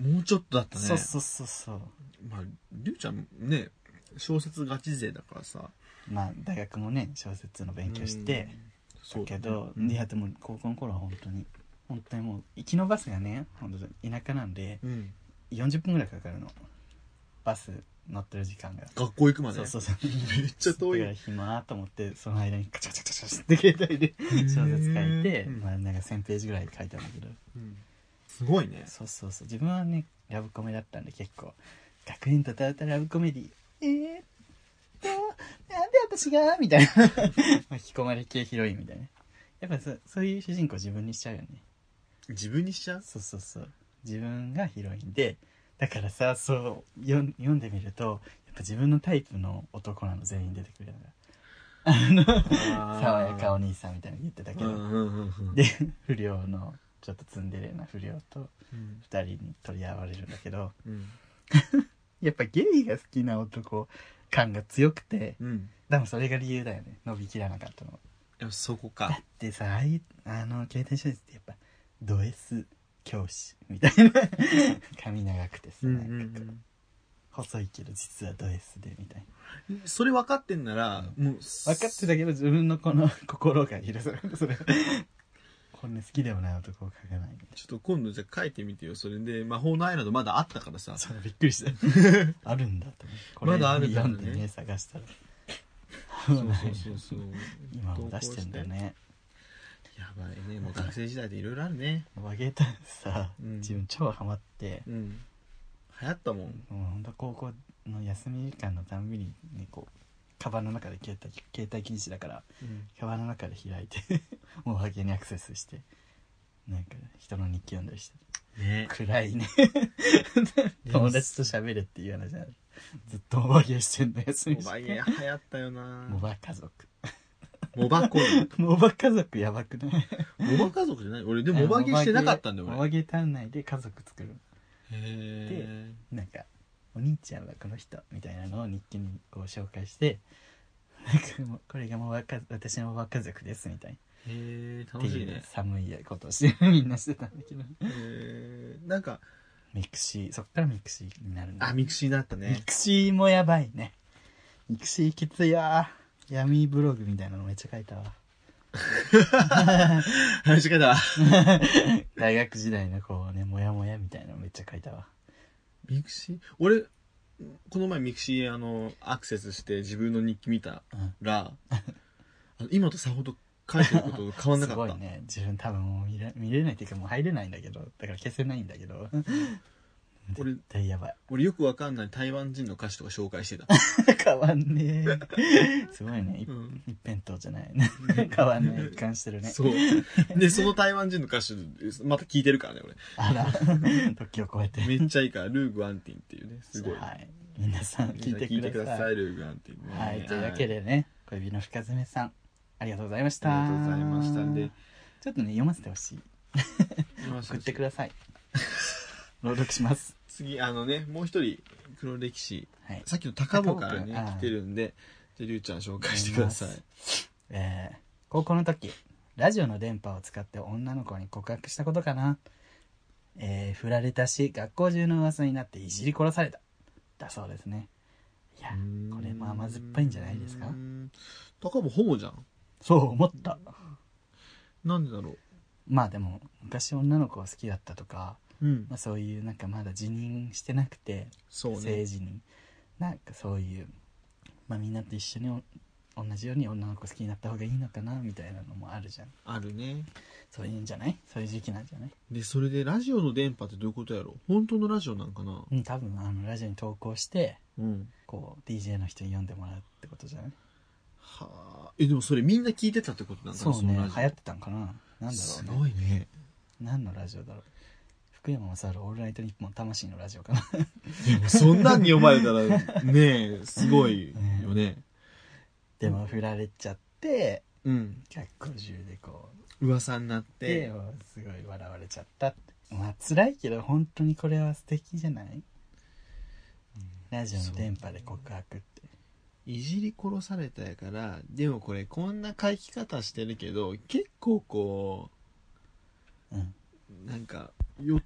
Speaker 2: もうちょっとだったね。
Speaker 1: そうそうそうそう。
Speaker 2: まあ、りゅうちゃんね、小説ガチ勢だからさ。
Speaker 1: まあ、大学もね小説の勉強して、だけど、
Speaker 2: そうだねうん
Speaker 1: いやでも高校の頃は本当に本当にもう行きのバスがね本当に田舎なんで
Speaker 2: うん。
Speaker 1: 40分ぐらいかかるのバス乗ってる時間が、
Speaker 2: 学校行くまで。
Speaker 1: そうそうそう
Speaker 2: めっちゃ遠い
Speaker 1: だから暇と思ってその間にカチャカチャカチャカチャって携帯で小説書いて、
Speaker 2: うん
Speaker 1: まあ、なんか1000ページぐらい書いたんだけど
Speaker 2: うんすごいね。
Speaker 1: そうそうそう自分はねラブコメだったんで結構学園とたたラブコメディえーっとなんで私がみたいな 巻き込まれ系ヒロインみたいなやっぱそそういう主人公自分にしちゃうよね
Speaker 2: 自分にしちゃう
Speaker 1: そうそうそう自分がヒロインでだからさそうよん読んでみるとやっぱ自分のタイプの男なの全員出てくるのがあの 爽やかお兄さんみたいなの言ってたけ
Speaker 2: うん
Speaker 1: ど
Speaker 2: うんうんうん。
Speaker 1: で不良のちょっとツンデレな不良と
Speaker 2: うん
Speaker 1: 2人に取り合われるんだけど
Speaker 2: うん。
Speaker 1: やっぱゲイが好きな男感が強くて
Speaker 2: うん。
Speaker 1: でもそれが理由だよね伸びきらなかったの
Speaker 2: いやそこ
Speaker 1: だ
Speaker 2: か。
Speaker 1: ってさああいうあの携帯小説ってやっぱド S 教師みたいな髪長くてさ、
Speaker 2: うん
Speaker 1: なんかこう
Speaker 2: うん
Speaker 1: 細いけど実はド S でみたいな
Speaker 2: うん。それ分かってんなら、も
Speaker 1: 分
Speaker 2: う、
Speaker 1: かってたけど自分のこの心が許されるそれこんな好きでもない男を書かないみたい
Speaker 2: ちょっと今度じゃあ書いてみてよ。それで、魔法のアイランドまだあったからさ
Speaker 1: な。そうびっくりしたあるんだと思ってこれ
Speaker 2: まだあるんだね
Speaker 1: 読んでね探したら
Speaker 2: そうそうそうそう。
Speaker 1: 今も出してんだよね
Speaker 2: やばいね。もう学生時代でいろいろあるね。
Speaker 1: 和芸タンさ、
Speaker 2: うん
Speaker 1: 自分超ハマって、
Speaker 2: うん。流行ったもん。
Speaker 1: もうほんと高校の休み時間のたんびにねこうカバンの中で携帯携帯禁止だからカバンの中で開いて もう和芸にアクセスしてなんか人の日記読んだりして
Speaker 2: ね
Speaker 1: 暗 いね友達と喋れっていう話なのずっとおばげしてんの休み
Speaker 2: モ
Speaker 1: 時
Speaker 2: バ
Speaker 1: 間
Speaker 2: ゲー流行ったよな
Speaker 1: モバ家族
Speaker 2: モバコイン。
Speaker 1: モバ家族やばくない
Speaker 2: モバ家族じゃない俺でもモバゲーしてなかったんだよ
Speaker 1: モ
Speaker 2: 俺。
Speaker 1: バゲ単内で家族作る
Speaker 2: へ
Speaker 1: なんか「お兄ちゃんはこの人」みたいなのを日記にこう紹介してなんかもうこれがもうわか私の若族ですみたい
Speaker 2: え。へえ、
Speaker 1: な
Speaker 2: 楽しい
Speaker 1: ってう
Speaker 2: ね。
Speaker 1: 寒いことをしてみんなしてたんだけど
Speaker 2: へーなんか、
Speaker 1: ミクシーそっからミクシーになるんだ
Speaker 2: あ、ミクシーになった
Speaker 1: ミ
Speaker 2: ね。
Speaker 1: クシーもやばいねミクシーきついわ闇ブログみたいなのめっちゃ書いたわ
Speaker 2: 話し方。
Speaker 1: 大学時代のこうねモヤモヤみたいなのめっちゃ書いたわ
Speaker 2: ミクシー俺、この前ミクシー、あの、アクセスして自分の日記見た
Speaker 1: うん
Speaker 2: ら、あの今とさほど書いてること変わんなかった。
Speaker 1: すごいね自分多分もう見れ見れないっていうかもう入れないんだけどだから消せないんだけ ど
Speaker 2: 俺
Speaker 1: 絶対やばい
Speaker 2: 俺よくわかんない台湾人の歌手とか紹介し てた。
Speaker 1: 変わんねえ すごいね、い
Speaker 2: うん
Speaker 1: 一辺倒じゃないね変わんない一貫してるね
Speaker 2: そう。で、その台湾人の歌手、また聴いてるからね、
Speaker 1: あら時を超えて
Speaker 2: 俺。めっちゃいいから、ルーグ・アンティンっていうね、すごい。
Speaker 1: はい皆さん聞
Speaker 2: み
Speaker 1: い
Speaker 2: んな
Speaker 1: てください
Speaker 2: ルーグ・アンティンね。
Speaker 1: はいというわけでね小指の深爪さんありがとうございまし
Speaker 2: は
Speaker 1: た
Speaker 2: いありがとうございましたんで、
Speaker 1: ちょっとね読ませてほしい送ってくだ さい朗読します
Speaker 2: 次、あのね、もう一人、黒歴史、
Speaker 1: はい
Speaker 2: さっきの高坊からね
Speaker 1: 高坊君、
Speaker 2: 来てるんで、じゃありゅうちゃん紹介してください。
Speaker 1: えー高校の時ラジオの電波を使って女の子に告白したことかな、えー振られたし学校中の噂になっていじり殺されただそうですねいやこれも甘酸っぱいんじゃないですか
Speaker 2: うーん高坊ほぼじゃん。
Speaker 1: そう思った
Speaker 2: なんでだろ
Speaker 1: まあでも昔女の子を好きだったとか、
Speaker 2: う。うん
Speaker 1: ま。あ、そういうなんかまだ辞任してなくて
Speaker 2: そうね。
Speaker 1: 政治になんかそういう、まあ、みんなと一緒にお同じように女の子好きになった方がいいのかなみたいなのもあるじゃん
Speaker 2: あるね。
Speaker 1: そういうんじゃないそういう時期なんじゃない
Speaker 2: で、それでラジオの電波ってどういうことやろ本当のラジオなんかな
Speaker 1: うん多分あのラジオに投稿して
Speaker 2: うん。
Speaker 1: こう DJ の人に読んでもらうってことじゃない
Speaker 2: はあ。え、でもそれみんな聞いてたってことなんだ
Speaker 1: そうね
Speaker 2: の
Speaker 1: 流
Speaker 2: ラジオ
Speaker 1: 行ってたんかななんだ
Speaker 2: す
Speaker 1: ろうね
Speaker 2: ごいね。
Speaker 1: 何のラジオだろう福山雅治オールナイトニッポン魂のラジオかな
Speaker 2: でもそんなんに読まれたら、ねえ、すごいよね。
Speaker 1: でも振られちゃって
Speaker 2: うん。
Speaker 1: 学校中でこう
Speaker 2: 噂になっ
Speaker 1: で
Speaker 2: て、
Speaker 1: すごい笑われちゃったってまあ辛いけど本当にこれは素敵じゃないラジオの電波で告白って
Speaker 2: いじり殺されたやから、でもこれこんな書き方してるけど、結構こ
Speaker 1: うん
Speaker 2: う、なんか、よ、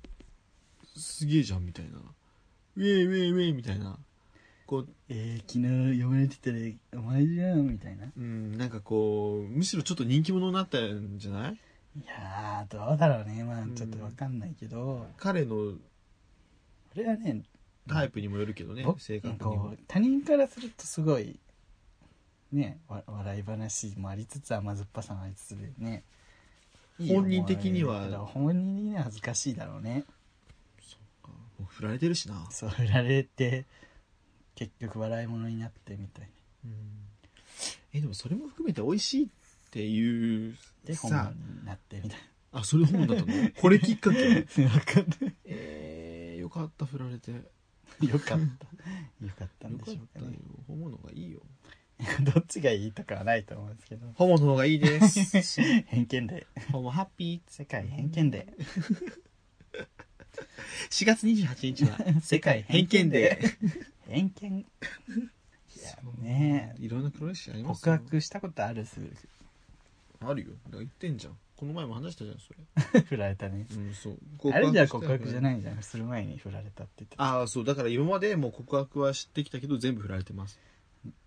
Speaker 2: すげえじゃんみたいな。ウェイウェイウェイみたいな。こう、
Speaker 1: えー、昨日呼ばれてたら、お前じゃん、みたいな。い
Speaker 2: うん、なんかこう、むしろちょっと人気者になったんじゃない
Speaker 1: やー、どうだろうね。まあ、ちょっとわかんないけど、
Speaker 2: 彼の
Speaker 1: これはね、
Speaker 2: タイプにもよるけどね、
Speaker 1: 僕
Speaker 2: 性格に
Speaker 1: こ
Speaker 2: も
Speaker 1: う。他人からするとすごい、ね、わ笑い話もありつつ甘酸っぱさもありつつでね。いい思
Speaker 2: 本人的にはい
Speaker 1: 出だから本人的には恥ずかしいだろうね。
Speaker 2: あもう振られてるしな。
Speaker 1: そう振られて、結局笑い物になってみたいな。
Speaker 2: うんえ、でもそれも含めて美味しいっていう、
Speaker 1: で、本
Speaker 2: さ
Speaker 1: 物になってみたい
Speaker 2: あ、それ本だ ったのこれきっかけ。
Speaker 1: な。わかんな
Speaker 2: えー、よかった、振られて。よ
Speaker 1: い。よかった。よかったんで
Speaker 2: か
Speaker 1: し
Speaker 2: っ
Speaker 1: ょう
Speaker 2: た
Speaker 1: か
Speaker 2: よ
Speaker 1: ね。。
Speaker 2: 本物がいいよ。
Speaker 1: どっちがいいとかはないと思うんですけど。
Speaker 2: ホモの方がいいです。
Speaker 1: 偏見で。
Speaker 2: ホモハッピー。
Speaker 1: 世界偏見で。
Speaker 2: 4月28日は
Speaker 1: 世界偏見で。偏見。いやね
Speaker 2: いろんな黒歴史あります
Speaker 1: 告白したことあるすぐ。
Speaker 2: あるよ。だから言ってんじゃん。この前も話したじゃん、それ。
Speaker 1: 振られたね。
Speaker 2: うん、そう。
Speaker 1: あれじゃ告白じゃ
Speaker 2: い。
Speaker 1: ないじゃん。する前に振られたって言ってた。
Speaker 2: ああ、そう。だから今までもう告白は知ってきたけど、全部振られてます。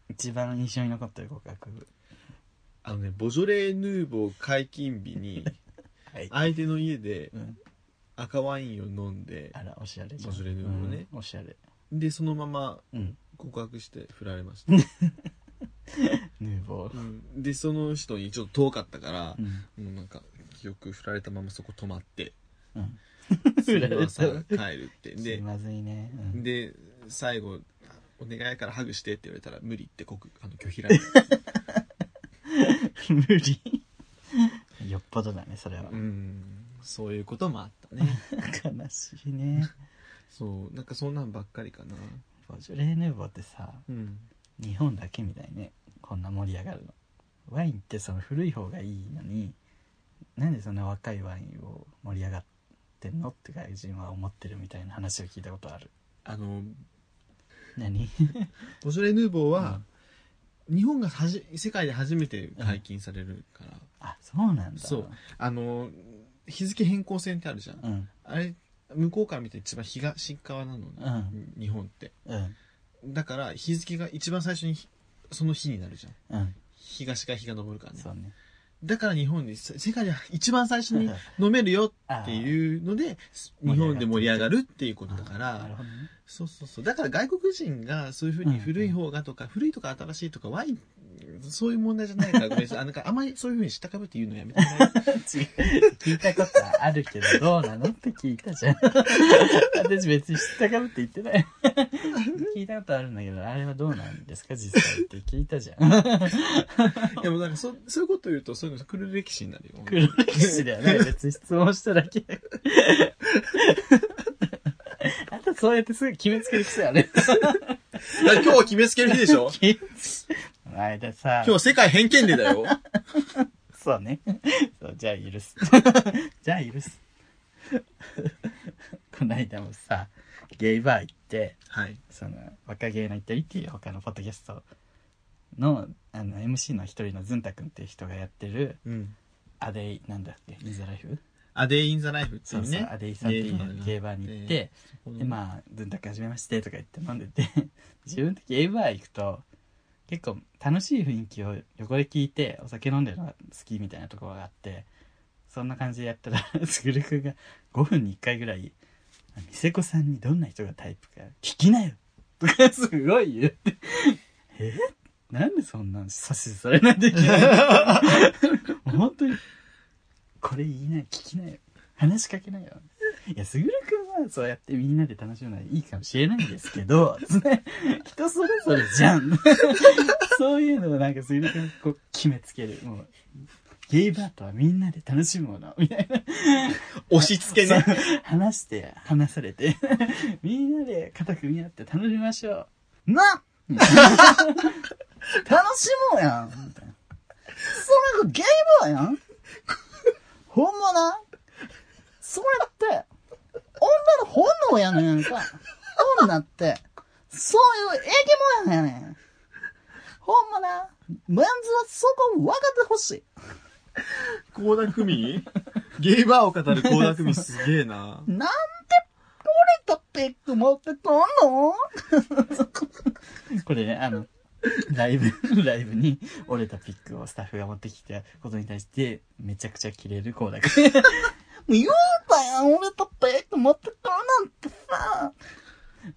Speaker 1: 一番印象に残ってる告白。
Speaker 2: あのね、ボジョレーヌーボー解禁日 に、
Speaker 1: はい。
Speaker 2: 相手の家で
Speaker 1: うん。
Speaker 2: 赤ワインを飲んで、
Speaker 1: あら、おしゃれじゃん。
Speaker 2: ボジョレ・ヌーボーね
Speaker 1: うんおしゃれ。
Speaker 2: で、そのまま
Speaker 1: うん。
Speaker 2: 告白して振られました。
Speaker 1: ヌーボー
Speaker 2: う。んで、その人にちょっと遠かったから
Speaker 1: う、ん。
Speaker 2: もうなんか、記憶振られたままそこ止ま って、
Speaker 1: うん。
Speaker 2: そ
Speaker 1: 振ら
Speaker 2: の
Speaker 1: れ
Speaker 2: 朝
Speaker 1: た。
Speaker 2: 帰るって。
Speaker 1: 気
Speaker 2: で、
Speaker 1: まずいね。うん
Speaker 2: で最後「お願いからハグして」って言われたら「無理」って告あの拒否られた、
Speaker 1: 無理。よっぽどだね、それは。
Speaker 2: うんそういうこともあった ね
Speaker 1: 悲しいね。
Speaker 2: そうなんかそんなんばっかりかな
Speaker 1: ボジョレーヌーボーってさ、
Speaker 2: うん
Speaker 1: 日本だけみたいねこんな盛り上がるのワインってその古い方がいいのになんでそんな若いワインを盛り上がってんのって外人は思ってるみたいな話を聞いたことある
Speaker 2: あの
Speaker 1: 何
Speaker 2: ボジョレ・ヌーボーは、日本がはじ世界で初めて解禁されるから、
Speaker 1: あそうなんだ
Speaker 2: そうあの日付変更線ってあるじゃん、
Speaker 1: うん
Speaker 2: あれ向こうから見て一番東側なのね、日本って
Speaker 1: うん
Speaker 2: だから日付が一番最初にひその日になるじゃん
Speaker 1: うん
Speaker 2: 東から日が昇るからね
Speaker 1: そうね
Speaker 2: だから日本にせ世界で一番最初に飲めるよっていうので
Speaker 1: ー
Speaker 2: 日本で 盛り上がるっていうことだか
Speaker 1: あなる
Speaker 2: ら
Speaker 1: ほどね
Speaker 2: そうそうそうだから外国人がそういうふうに古い方がとか、古いとか新しいとかワインそういう問題じゃないからごめんなさいあなんかあまりそういうふうにしたかぶって言うのやめてもら える
Speaker 1: 聞いたことはあるけどどうなのって聞いたじゃん私別に知ったかぶって言ってない聞いたことあるんだけどあれはどうなんですか実際って聞いたじゃん
Speaker 2: でもなんかそそういうこと言うとそういうの黒歴史になるよ
Speaker 1: 黒歴史だよね。別に質問しただけ。あとそうやってすぐ決めつける癖ある。
Speaker 2: だ から今日は決めつける日でしょ
Speaker 1: この間さ、
Speaker 2: 今日世界偏見でだよ
Speaker 1: そうね。そう、じゃあ許す。じゃあ許す。この間もさ、ゲイバー行って、
Speaker 2: はい
Speaker 1: その、若芸のイタリっていう他のポッドキャストの、あの、MC の一人のズンタ君っていう人がやってる、
Speaker 2: うん
Speaker 1: アデイ、なんだっけ、ミズライフ
Speaker 2: アデイ・イン・ザ・ライフってい
Speaker 1: そううそう、
Speaker 2: ね
Speaker 1: アデイさんっていう
Speaker 2: ゲ
Speaker 1: ゲ
Speaker 2: イ
Speaker 1: イ
Speaker 2: バ
Speaker 1: バー
Speaker 2: ーに
Speaker 1: に
Speaker 2: 行
Speaker 1: 行
Speaker 2: っ
Speaker 1: ってて、でまあ「文卓始めまして」とか言って飲んでて 自分ってゲイバー行くと結構楽しい雰囲気を横で聞いてお酒飲んでるのが好きみたいなところがあってそんな感じでやったら すぐるくんが5分に1回ぐらい「店子さんにどんな人がタイプか聞きなよ」とかすごい言って「えなんでそんなん指図されないといけないの本当にこれ言いなよ聞きなよ話しかけなよいや、すぐるくんはそうやってみんなで楽しむのはいいかもしれないんですけど、ね人それぞれじゃん。そういうのをなんかすぐるくんこう決めつける。もう、ゲイバーとはみんなで楽しむもの、みたいな。
Speaker 2: 押し付けね
Speaker 1: 話して、話されて、 みんなで肩組み合って楽しみましょう。 な楽しもうやんみたいな。それがゲイバーやんほんまなそれって、女の本能やねんか。女って、そういう生き物やねん。ほんまな、メンズはそこ分かってほしい。
Speaker 2: 高田 文ゲイバーを語る高田文すげえな。
Speaker 1: なんで俺がペック持ってくんの これね、あの、ライブ、 ライブに折れたピックをスタッフが持ってきたことに対して、めちゃくちゃキレるコーダ君。 もう言うんだよ、俺だってって持ってったなんてさ。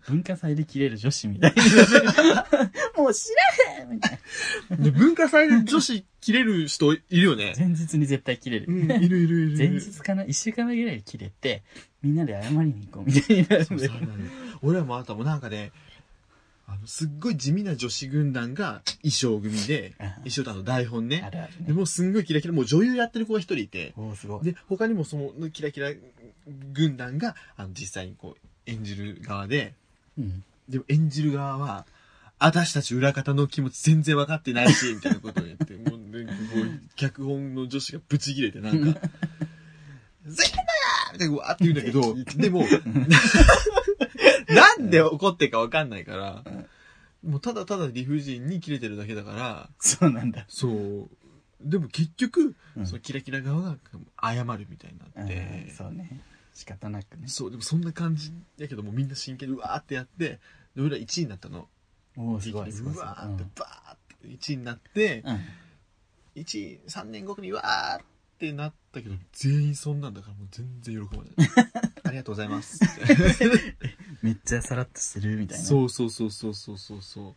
Speaker 1: 文化祭でキレる女子みたいな。 もう知らへんみたいな。
Speaker 2: で文化祭で女子切れる人いるよね。
Speaker 1: 前日に絶対キレる。
Speaker 2: うん、いるいるい る。
Speaker 1: 前日かな一週間前ぐらいに切れて、みんなで謝りに行こうみたいになるん
Speaker 2: そう
Speaker 1: だ
Speaker 2: そう
Speaker 1: よ
Speaker 2: なのよ俺らもあなたもなんかね、あの、すっごい地味な女子軍団が衣装組で、
Speaker 1: あ
Speaker 2: 衣装とあの台本ね
Speaker 1: あ。るあるね。
Speaker 2: でもうすんごいキラキラ、もう女優やってる子が一人いて、
Speaker 1: おおすごい。
Speaker 2: で、他にもそのキラキラ軍団が、あの、実際にこう、演じる側で、
Speaker 1: うん。
Speaker 2: でも演じる側は、私たち裏方の気持ち全然分かってな いし、みたいなことを言って、もう、ね、こう脚本の女子がブチ切れて、な んか、ぜーなーってわーって言うんだけど、でも、 なんで怒ってるか分かんないから、もうただただ理不尽に切れてるだけだから、
Speaker 1: そうなんだ。
Speaker 2: そう。でも結局、
Speaker 1: うん
Speaker 2: そのキラキラ側が謝るみたいにな
Speaker 1: う
Speaker 2: っ
Speaker 1: ん
Speaker 2: て、
Speaker 1: そうね。仕方なくね。
Speaker 2: そう、でもそんな感じだけど、もうみんな真剣でうわーってやって、で俺ら1位になったの。
Speaker 1: おおすごいすごい。
Speaker 2: う
Speaker 1: すごい
Speaker 2: わーってバーって1位になって、
Speaker 1: うん。
Speaker 2: 1位、3年後にうわーってなったけど、全員そんなんだからもう全然喜ばない。 ありがとうございますって。
Speaker 1: めっちゃさらっとしてるみたいな。
Speaker 2: そうそうそうそうそうそうそう。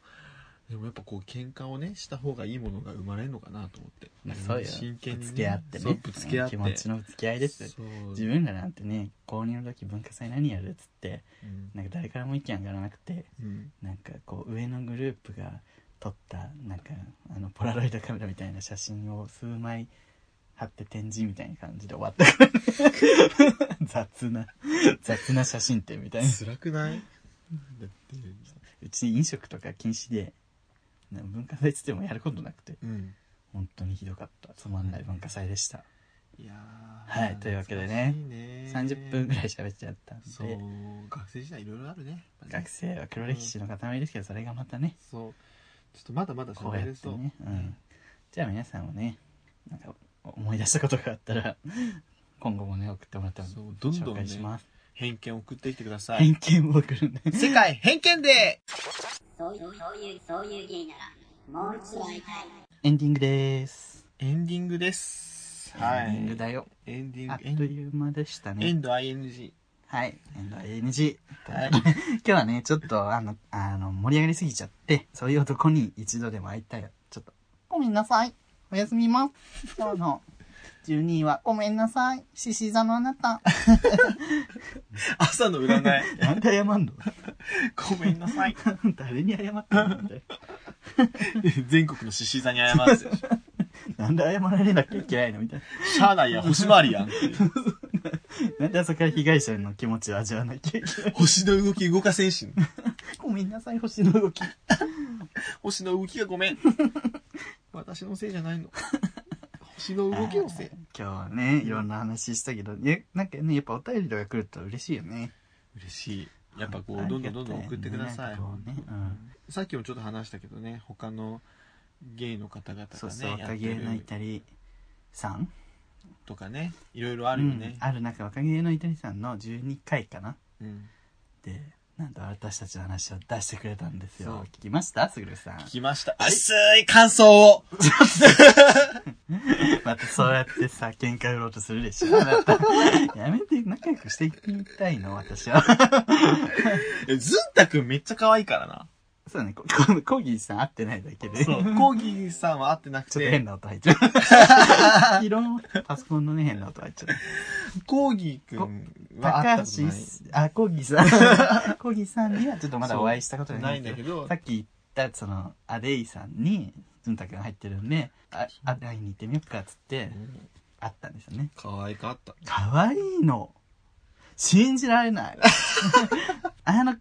Speaker 2: でもやっぱこう喧嘩をね、した方がいいものが生まれるのかなと思って。
Speaker 1: まあそうよ。
Speaker 2: 真剣に、
Speaker 1: ぶつけ合って
Speaker 2: そう
Speaker 1: ね。
Speaker 2: ぶつけ合って。
Speaker 1: 気持ちのぶつけ合いです。
Speaker 2: そう。
Speaker 1: 自分らなんてね、高2の時文化祭何やるっつって、
Speaker 2: うん
Speaker 1: なんか誰からも意見上がらなくて、
Speaker 2: うん
Speaker 1: なんかこう上のグループが撮った、なんかあの、ポラロイドカメラみたいな写真を数枚貼って展示みたいな感じで終わった から、ね、雑な、雑な写真展みたいな。
Speaker 2: 辛 くないだって、
Speaker 1: うち飲食とか禁止で、なんか文化祭っつってもやることなくて、
Speaker 2: うん。
Speaker 1: 本当にひどかった。つまんない文化祭でした。
Speaker 2: いやー
Speaker 1: はいというわけでね
Speaker 2: 懐かしいね
Speaker 1: 30分ぐらい喋っちゃったん
Speaker 2: そう
Speaker 1: で、
Speaker 2: 学生時代いろいろあるね。
Speaker 1: 学生は黒歴史の塊ですけど、それがまたね、
Speaker 2: そう。ちょっとまだまだ
Speaker 1: こうや
Speaker 2: 喋
Speaker 1: っ
Speaker 2: れ
Speaker 1: て
Speaker 2: そう。
Speaker 1: ね。うん。じゃあ皆さんもね、なんか思い出したことがあったら、今後もね、送ってもらっても
Speaker 2: そうどん
Speaker 1: 紹
Speaker 2: どんね
Speaker 1: 介します。
Speaker 2: 偏見送ってきてください。
Speaker 1: 偏見を送るね。
Speaker 2: 世界偏見で
Speaker 3: そういう、そういう、そういう芸なら、もう一度会いたい。
Speaker 1: エンディングです。
Speaker 2: エンディングです。
Speaker 1: エンディングだよ。
Speaker 2: エンディ
Speaker 1: あ
Speaker 2: ン
Speaker 1: っ
Speaker 2: グ、エン
Speaker 1: という間でしたね。
Speaker 2: エンド ING。
Speaker 1: はい。エンド ANG。
Speaker 2: はい
Speaker 1: 今日はね、ちょっと、あの、あの、盛り上がりすぎちゃって、そういう男に一度でも会いたい。ちょっと。ごめんなさい。おやすみます。今日の12位は、ごめんなさい。獅子座のあなた。
Speaker 2: 朝の占い。
Speaker 1: なんで謝んの
Speaker 2: ごめん なさい。
Speaker 1: 誰に謝ってんのみたい
Speaker 2: 全国の獅子座に謝るでしょ。
Speaker 1: な。なんで謝られなきゃいけないのみたい
Speaker 2: シャーナイや星回りやんって いう。
Speaker 1: な。なんで朝から被害者の気持ちを味わわなきゃいけない。
Speaker 2: 星の動き動かせんし。
Speaker 1: ごめんなさい、星の動き。
Speaker 2: 星の動きがご めん。私のせいじゃないの。星の動きのせい。
Speaker 1: 今日はね、いろんな話したけど、ね、なんかね、やっぱお便りとか来ると嬉しいよね。
Speaker 2: 嬉しい。やっぱこ
Speaker 1: あ
Speaker 2: う、どんど
Speaker 1: あり
Speaker 2: んど
Speaker 1: が
Speaker 2: んど
Speaker 1: た
Speaker 2: ん送ってくださ
Speaker 1: ね
Speaker 2: い。
Speaker 1: なんかこうねうん
Speaker 2: さっきもちょっと話したけどね、他のゲイの方々
Speaker 1: そう
Speaker 2: が
Speaker 1: そう、
Speaker 2: ね、やっ
Speaker 1: 若
Speaker 2: て
Speaker 1: 気の
Speaker 2: る
Speaker 1: 至りさん
Speaker 2: とかね、いろいろあ
Speaker 1: あ
Speaker 2: るよね。
Speaker 1: ある中、若気の至りさんの12回かな
Speaker 2: うん
Speaker 1: で、なんと私たちの話を出してくれたんです
Speaker 2: そう
Speaker 1: よ。聞きましたすぐるさん
Speaker 2: 聞。きました。熱い感想を
Speaker 1: また そうやってさ、喧嘩売ろうとするでしょ。あなたやめて、仲良くしていきたいの、私 は。
Speaker 2: えずんたくんめっちゃ可愛いからな。
Speaker 1: そうね、ここコギーさん会ってないだけで。
Speaker 2: そう。コーギーさんは会ってなく
Speaker 1: ちょっと変
Speaker 2: て、
Speaker 1: な音入っちゃ う。いろんなパソコンのね、変な音入っちゃう。
Speaker 2: コーギーくんは会
Speaker 1: 高
Speaker 2: ったこと
Speaker 1: 橋
Speaker 2: ない。
Speaker 1: す、あ、コギさん。コギさんにはちょっとまだお会いしたことが
Speaker 2: な
Speaker 1: ないい
Speaker 2: ん
Speaker 1: ん
Speaker 2: だ
Speaker 1: だ
Speaker 2: け
Speaker 1: け
Speaker 2: ど
Speaker 1: ど、さっき言った、その、アレイさんに、ズンタ君入ってるんで、あ、あ会いに行ってみようか、っつって、会ったんですよね。
Speaker 2: 可愛かった。
Speaker 1: 可愛いの。信じられ ない。あの、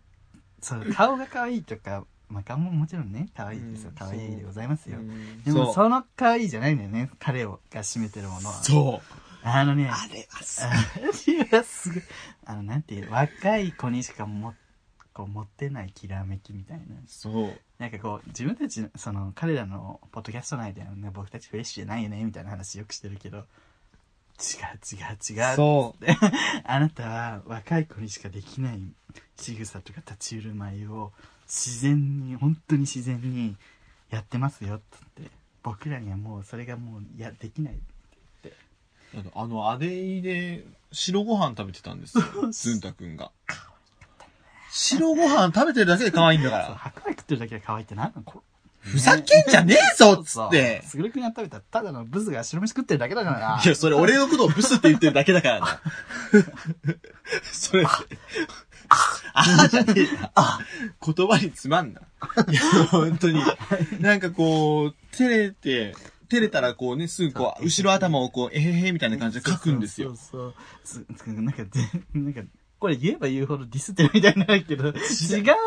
Speaker 1: そう、顔が可愛いとか、まあ、顔ももちろんね、可愛いですよ
Speaker 2: うん。
Speaker 1: 可愛いでございますよ。
Speaker 2: うん
Speaker 1: でも、
Speaker 2: そう。
Speaker 1: その可愛いじゃないんだよね。彼をが占めてるものは。
Speaker 2: そう。
Speaker 1: あのね、
Speaker 2: あれはす
Speaker 1: いやすごいあのなんていう若い子にしかもこう持ってないきらめきみたいな
Speaker 2: そう。
Speaker 1: なんかこう自分たちのその彼らのポッドキャスト内ではね僕たちフレッシュじゃないよねみたいな話よくしてるけど違う違う違う
Speaker 2: そう。
Speaker 1: あなたは若い子にしかできない仕草とか立ち居振る舞いを自然に、本当に自然にやってますよ、つって。僕らにはもうそれがもう、いや、できない。
Speaker 2: あの、あの、アデイで白ご飯食べてた んですよ。ずんたくんが。白ご飯食べてるだけで可愛いんだか
Speaker 1: そう、
Speaker 2: ら。
Speaker 1: 白米食ってるだけで可愛いってなんなんこ
Speaker 2: ふざけんじゃねえぞっつっ
Speaker 1: れ
Speaker 2: て。
Speaker 1: すぐるくんが食べたらただのブスが白飯食ってるだけだからな。
Speaker 2: いや、それ俺のことをブスって言ってるだけだからな。それ、ああじゃねえな。言葉につまんな。いや、本当に。なんかこう、照れて、照れたらこうね、すぐこう、後ろ頭をこう、えへへみたいな感じで書くんです
Speaker 1: そう
Speaker 2: よ。
Speaker 1: そうそう。つなんか、で なんか、これ言えば言うほどディスってるみたいになるけど、違う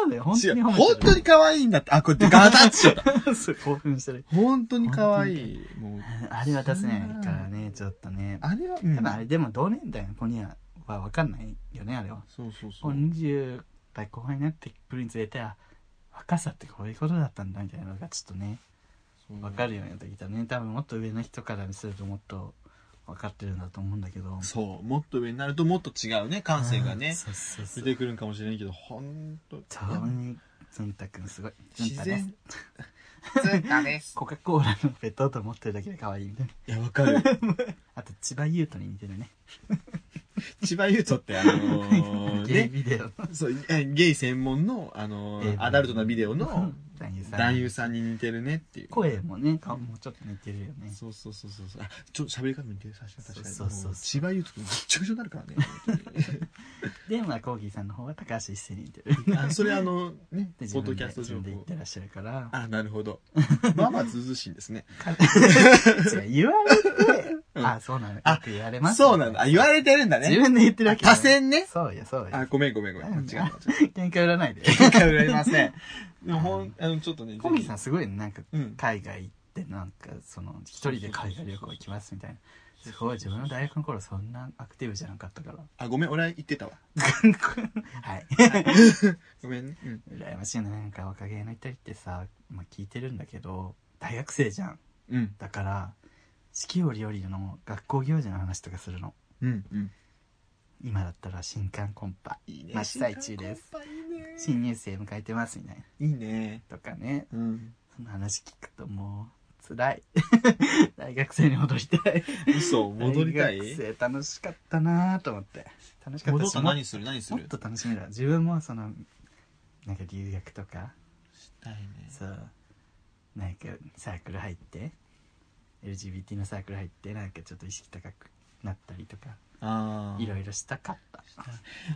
Speaker 1: のよ。本
Speaker 2: 違
Speaker 1: 当に
Speaker 2: う
Speaker 1: 褒めてる。
Speaker 2: 本当に可愛いんだって。あ、これガタッチョだ。
Speaker 1: そう興奮してる。
Speaker 2: 本当に可愛い。もう、
Speaker 1: あれは出せないからね、ちょっとね。
Speaker 2: あれは、うん
Speaker 1: 多分あれでも同年代の子には分かんないよね、あれは。
Speaker 2: そうそうそう。
Speaker 1: 40代後半になってくるにつれて、あ若さってこういうことだったんだみたいなのがちょっとね、
Speaker 2: そう
Speaker 1: 分かるようになってきたね。多分もっと上の人からするともっと分かってるんだと思うんだけど。
Speaker 2: そう、もっと上になるともっと違うね、感性が
Speaker 1: うん
Speaker 2: ね、
Speaker 1: そうそうそ
Speaker 2: 出
Speaker 1: う。
Speaker 2: てくるんかもしれないけど、ほんと。
Speaker 1: 超に、ずんたくんすごい。ずん
Speaker 2: 自
Speaker 1: たです
Speaker 2: 然。。ずんたです。
Speaker 1: コカ・コーラのペットと思ってるだけで可愛いみたいな。
Speaker 2: いや、わかる。
Speaker 1: あと、千葉優斗に似てるね。
Speaker 2: 千葉優斗って、あのー、
Speaker 1: ゲイ
Speaker 2: ね、
Speaker 1: ビデオの
Speaker 2: そう、えゲイ専門の、あのー
Speaker 1: えー
Speaker 2: アダルトなビデオの
Speaker 1: 男優さん。
Speaker 2: 男優さんに似てるねっていう。
Speaker 1: 声もね、顔もちょっと似てるよね。
Speaker 2: そうそうそうそうそう。あ、ちょっと喋り方も似てる、確かに確かに。
Speaker 1: そうそうそう
Speaker 2: も千葉優斗くんめっちゃくちゃになるからね。
Speaker 1: で、まあ、コーギーさんの方は高橋一生に似て る。
Speaker 2: あそれあの、ね、ポ
Speaker 1: で、自
Speaker 2: ッド
Speaker 1: 分
Speaker 2: キ
Speaker 1: で
Speaker 2: ャスト
Speaker 1: 自
Speaker 2: 情
Speaker 1: 分で言っ
Speaker 2: 報
Speaker 1: て。らっしゃるから。
Speaker 2: あ、なる ほど。まあまあ、ずうずうしいんですね。
Speaker 1: 違う言われて、
Speaker 2: うん
Speaker 1: あ、そうなの。よ
Speaker 2: あ
Speaker 1: く言われます。
Speaker 2: そうなんだ。あ、言われてるんだね。
Speaker 1: 自分で言ってるわけじゃない。
Speaker 2: 多選ね
Speaker 1: そうよ、そうよ。
Speaker 2: あ、ごめんごめんごめん。間違った。間違った
Speaker 1: 喧嘩売らないで。
Speaker 2: 喧嘩売られません。でもほん、あの、ちょっとね、
Speaker 1: コーギーさ
Speaker 2: ん。
Speaker 1: んすごいねなんか
Speaker 2: うん。
Speaker 1: 海外行ってなんかその一人で海外旅行行きますみたいなすごい自分の大学の頃そんなアクティブじゃなかったから
Speaker 2: あ、ごめん、俺は 言ってたわ。
Speaker 1: はい
Speaker 2: ごめんね。うん。
Speaker 1: 羨ましいななんか若気の至りってさ、まあ、聞いてるんだけど大学生じゃん
Speaker 2: うん。
Speaker 1: だから四季折々の学校行事の話とかするの
Speaker 2: うん。うん。
Speaker 1: 今だったら新刊コンパ
Speaker 2: いいね
Speaker 1: 真っ最中です。
Speaker 2: いいね。
Speaker 1: 新入生迎えてますみたいない
Speaker 2: いね。
Speaker 1: とかね
Speaker 2: うん。
Speaker 1: その話聞くともう辛い 大学生に戻りたい
Speaker 2: 嘘、戻りたい
Speaker 1: 大学生楽しかったなぁと思って楽しかった
Speaker 2: 戻っ
Speaker 1: した
Speaker 2: ら
Speaker 1: もっ
Speaker 2: 何する何す
Speaker 1: もっ
Speaker 2: る
Speaker 1: と楽しみだ自分もそのなんか留学とか
Speaker 2: したいね。
Speaker 1: そうなんかサークル入って LGBT のサークル入ってなんかちょっと意識高くなったりとか
Speaker 2: ああ。
Speaker 1: いろいろしたかった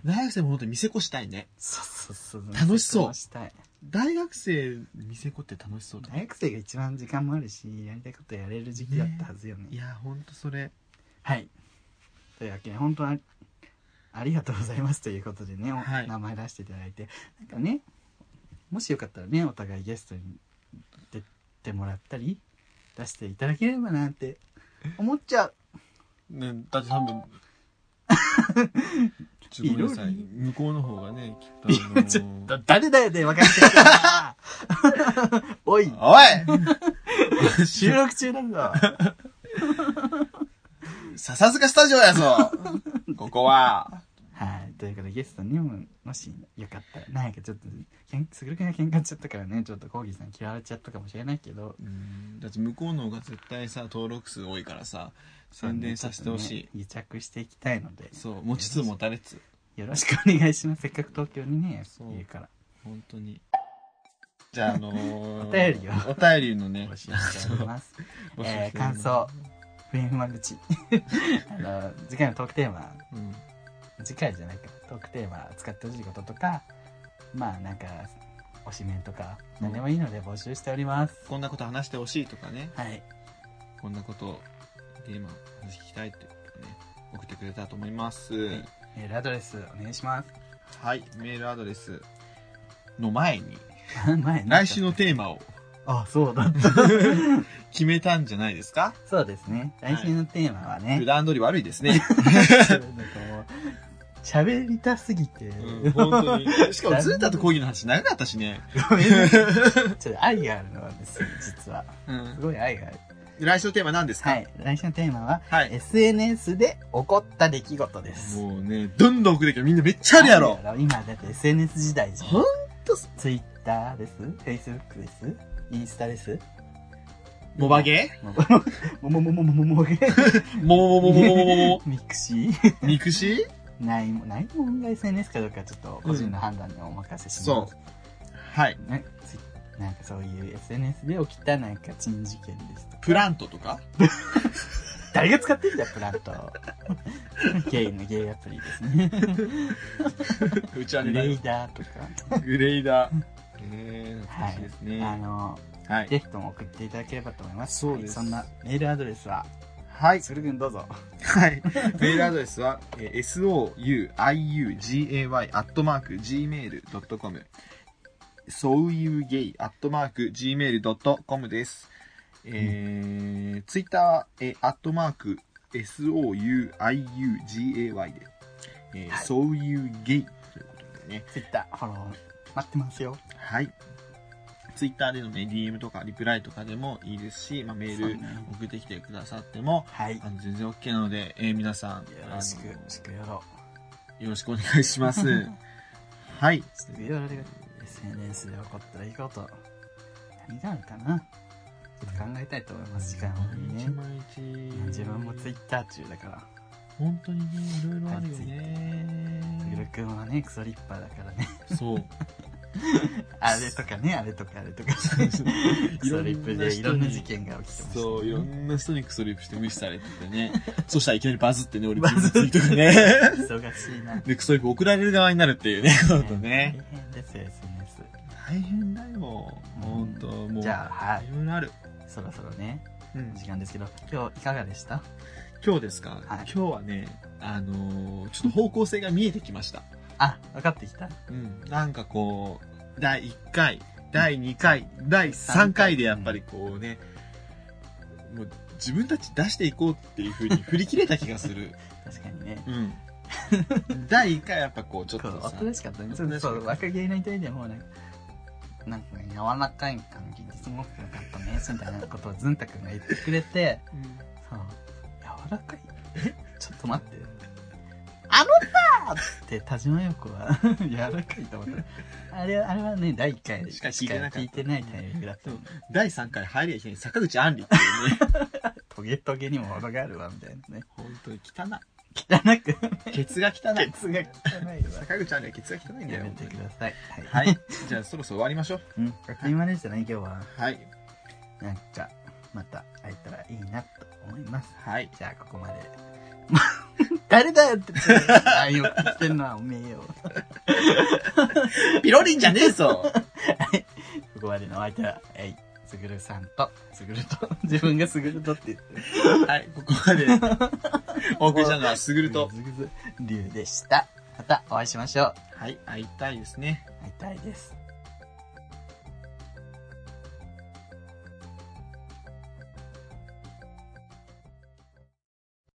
Speaker 2: 大学生戻って店越したいね。
Speaker 1: そうそうそう
Speaker 2: 楽しそ
Speaker 1: 結
Speaker 2: う
Speaker 1: 婚したい
Speaker 2: 大学生、店越って楽しそうだね。
Speaker 1: 大学生が一番時間もあるしやりたいことやれる時期だったはずよね
Speaker 2: いや、ほんとそれ。
Speaker 1: はい。というわけで、本当はありがとうございますということでね、お
Speaker 2: はい
Speaker 1: 名前出していただいて、なんかね、もしよかったらね、お互いゲストに出てもらったり、出していただければなんて思っちゃう。
Speaker 2: ね、だって多 分。ちょっとごめんなさい。
Speaker 1: いろい
Speaker 2: 向こうの方がね、きっとあのー。
Speaker 1: ちょっと、誰だよね、分かってるな おい、
Speaker 2: おい
Speaker 1: 収録中 なんだ。
Speaker 2: 笹塚スタジオやぞここは。
Speaker 1: はい。ということで、ゲストにも、もしよかったら、なんかちょっと、けんすぐるくんが喧嘩しちゃったからね、ちょっとコーギーさん嫌われちゃったかもしれないけど、
Speaker 2: だって向こうの方が絶対さ、登録数多いからさ、宣伝させてほしい。
Speaker 1: 癒着していきたいので、
Speaker 2: そう、持ちつ持たれつ。
Speaker 1: よろしくお願いします。せっかく東京にね、
Speaker 2: そう
Speaker 1: いるから。
Speaker 2: 本当に。じゃあ、あのー、
Speaker 1: お便りを
Speaker 2: お便りの ね
Speaker 1: 募、集しております。
Speaker 2: 募集してお
Speaker 1: え
Speaker 2: りま
Speaker 1: ー、
Speaker 2: す
Speaker 1: 感想、不平不満口。 あの、次回のトークテーマ、
Speaker 2: うん。
Speaker 1: 次回じゃないか、トークテーマ使ってほしいこととか、まあなんか、推しメンとか、
Speaker 2: うん
Speaker 1: 何でもいいので募集しております。
Speaker 2: こんなこと話してほしいとかね、
Speaker 1: はい。
Speaker 2: こんなこと、で今、話聞きたいってことをね、送ってくれたらと思います。
Speaker 1: いメールアドレスお願いします。
Speaker 2: はい、メールアドレスの前に、
Speaker 1: 前
Speaker 2: 来週のテーマを
Speaker 1: あ、そうだった。
Speaker 2: 決めたんじゃないですか
Speaker 1: そうですね。来週のテーマは
Speaker 2: 普
Speaker 1: ね、
Speaker 2: 段通り悪いですね。
Speaker 1: なんかもう、喋りたすぎて、
Speaker 2: うん、本当に。しかも、ずんたと講義の話長かったしね。
Speaker 1: ごめんなさい。ちょっと愛があるのはですよ、実は。
Speaker 2: うん
Speaker 1: す。ごい愛がある。
Speaker 2: 来週のテーマ何ですか
Speaker 1: はい。来週のテーマは、
Speaker 2: はい。
Speaker 1: SNS で起こった出来事です。
Speaker 2: もうね、どんどん送ってきたみんなめっちゃあるやろ。
Speaker 1: 今だって SNS 時代じゃん。
Speaker 2: 本
Speaker 4: とす、
Speaker 1: ツイッターですフェイスブックですインスタです
Speaker 2: モバゲ
Speaker 1: もももももももも
Speaker 2: ーモモモモモモモモ
Speaker 1: ミクシー
Speaker 2: ミクシ
Speaker 1: ないも、ないもんが SNS かどうかちょっと個人の判断にお任せします。
Speaker 2: そうはい。
Speaker 1: ね、ツイなんかそういう SNS で起きたなんか珍事件ですとか。
Speaker 2: プラントとか
Speaker 1: 誰が使ってんだよ、プラント。 ゲイのゲイアプリですね。
Speaker 2: うちはね、
Speaker 1: レイダーとか。
Speaker 2: グレイダー。えー、懐かしいです
Speaker 1: あ
Speaker 2: ね。
Speaker 1: の、
Speaker 2: はい。
Speaker 1: ぜひとも送っていただければと思います。
Speaker 2: そうです
Speaker 1: はいそんなメールアドレスは、
Speaker 2: はい。
Speaker 1: するくんどうぞ。
Speaker 2: はい。メールアドレスは、えー souiugay.gmail.com。そういうゲイアットマーク gmail.com です。えー、ツイッターは、えー、アットマーク souiugay で、えー
Speaker 1: はい
Speaker 2: そういうゲイということでね、
Speaker 1: ツイッター、フォロー、待ってますよ。
Speaker 2: はい。ツイッターでのね、DM とかリプライとかでもいいですし、まあ、メー
Speaker 1: そう
Speaker 2: ル
Speaker 1: ね
Speaker 2: 送ってきてくださっても、
Speaker 1: はい。よ
Speaker 2: あの全然 OK なので、えー皆さん、
Speaker 1: ろしく、
Speaker 2: あ
Speaker 1: よ
Speaker 2: の
Speaker 1: ろしくよろ。
Speaker 2: よろしくお願いし ます。はい。
Speaker 1: すぐよろで SNS で起こったらいいこと、何があるかな。ちょっと考えたいと思います、時間をね。
Speaker 2: 毎日
Speaker 1: 自分もツイッター中だから。
Speaker 2: 本当にね、いろいろあるよね。
Speaker 1: ゆるくんはね、クソリッパーだからね。
Speaker 2: そう。
Speaker 1: あれとかね、あれとかあれ とか。クソリップでいろんな事件が起きてました、ね。
Speaker 2: そう、いろ
Speaker 1: 忙
Speaker 2: んな人にクソリップして無視されてて ね。そしたらいきなりバズってね、俺バズってとかね。
Speaker 1: しいな。
Speaker 2: で、クソリップ送られる側になるっていうね、ことね。
Speaker 1: 大変ですよ、SNS。
Speaker 2: 大変だよ。ほんと、もう。
Speaker 1: じゃあ、はいい。
Speaker 2: ろいろある。
Speaker 1: そろそろね、
Speaker 2: うん
Speaker 1: 時間ですけど、今日いかがでした
Speaker 2: 今日ですか、
Speaker 1: はい
Speaker 2: 今日はね、あのーちょっと方向性が見えてきました。
Speaker 1: あ、分かってきた。
Speaker 2: うん。なんかこう、第1回、第2回、第3回でやっぱりこうね、もう自分たち出していこうっていうふうに振り切れた気がす る。
Speaker 1: 確かにね。
Speaker 2: うん。第1回やっぱこう、ちょっ
Speaker 1: そう
Speaker 2: と
Speaker 1: お
Speaker 2: さ
Speaker 1: と、なしかったね。そ
Speaker 2: おとな
Speaker 1: う
Speaker 2: しか
Speaker 1: そ
Speaker 2: った
Speaker 1: う、若気ないといでもうなんか、なんか柔らかい感じですごく良かったね、みたいなことをずんたくんが言ってくれて、
Speaker 2: うん
Speaker 1: そう、柔らか いえちょっと待って。あのさって田島陽子は 柔らかいと思った。あれ、あれはね、第1回
Speaker 2: しか聞いてなかった
Speaker 1: 聞いてないタイミングだったの
Speaker 2: 第3回入りゃいけない坂口杏里っていうね、
Speaker 1: トゲトゲにも程があるわ、みたいなね。
Speaker 2: 本当に汚
Speaker 1: 汚く、
Speaker 2: い。ケツが汚い。
Speaker 1: 熱が汚いわ。
Speaker 2: 坂口杏里はケツが汚いんだ
Speaker 1: や
Speaker 2: よ
Speaker 1: め。てください。。
Speaker 2: はいい。じゃあそろそろ終わりましょう。
Speaker 1: うん。あっという間でしたね、今日は。
Speaker 2: はい。
Speaker 1: なんか、また会えたらいいなと思います。
Speaker 2: はい。
Speaker 1: じゃあ、ここまで。 誰だよって言って、LINE 送ってきてんのはおめえよ。
Speaker 2: ピロリンじゃねえぞ
Speaker 1: ここまでのお相手は、えい、すぐるさんと、すぐると、 自分がすぐるとって言ってる。
Speaker 2: はい、ここ まで。お送りした のは、すぐると。
Speaker 1: ぐずぐず、りゅうでした。またお会いしましょう。
Speaker 2: はい、会いたいですね。
Speaker 1: 会いたいです。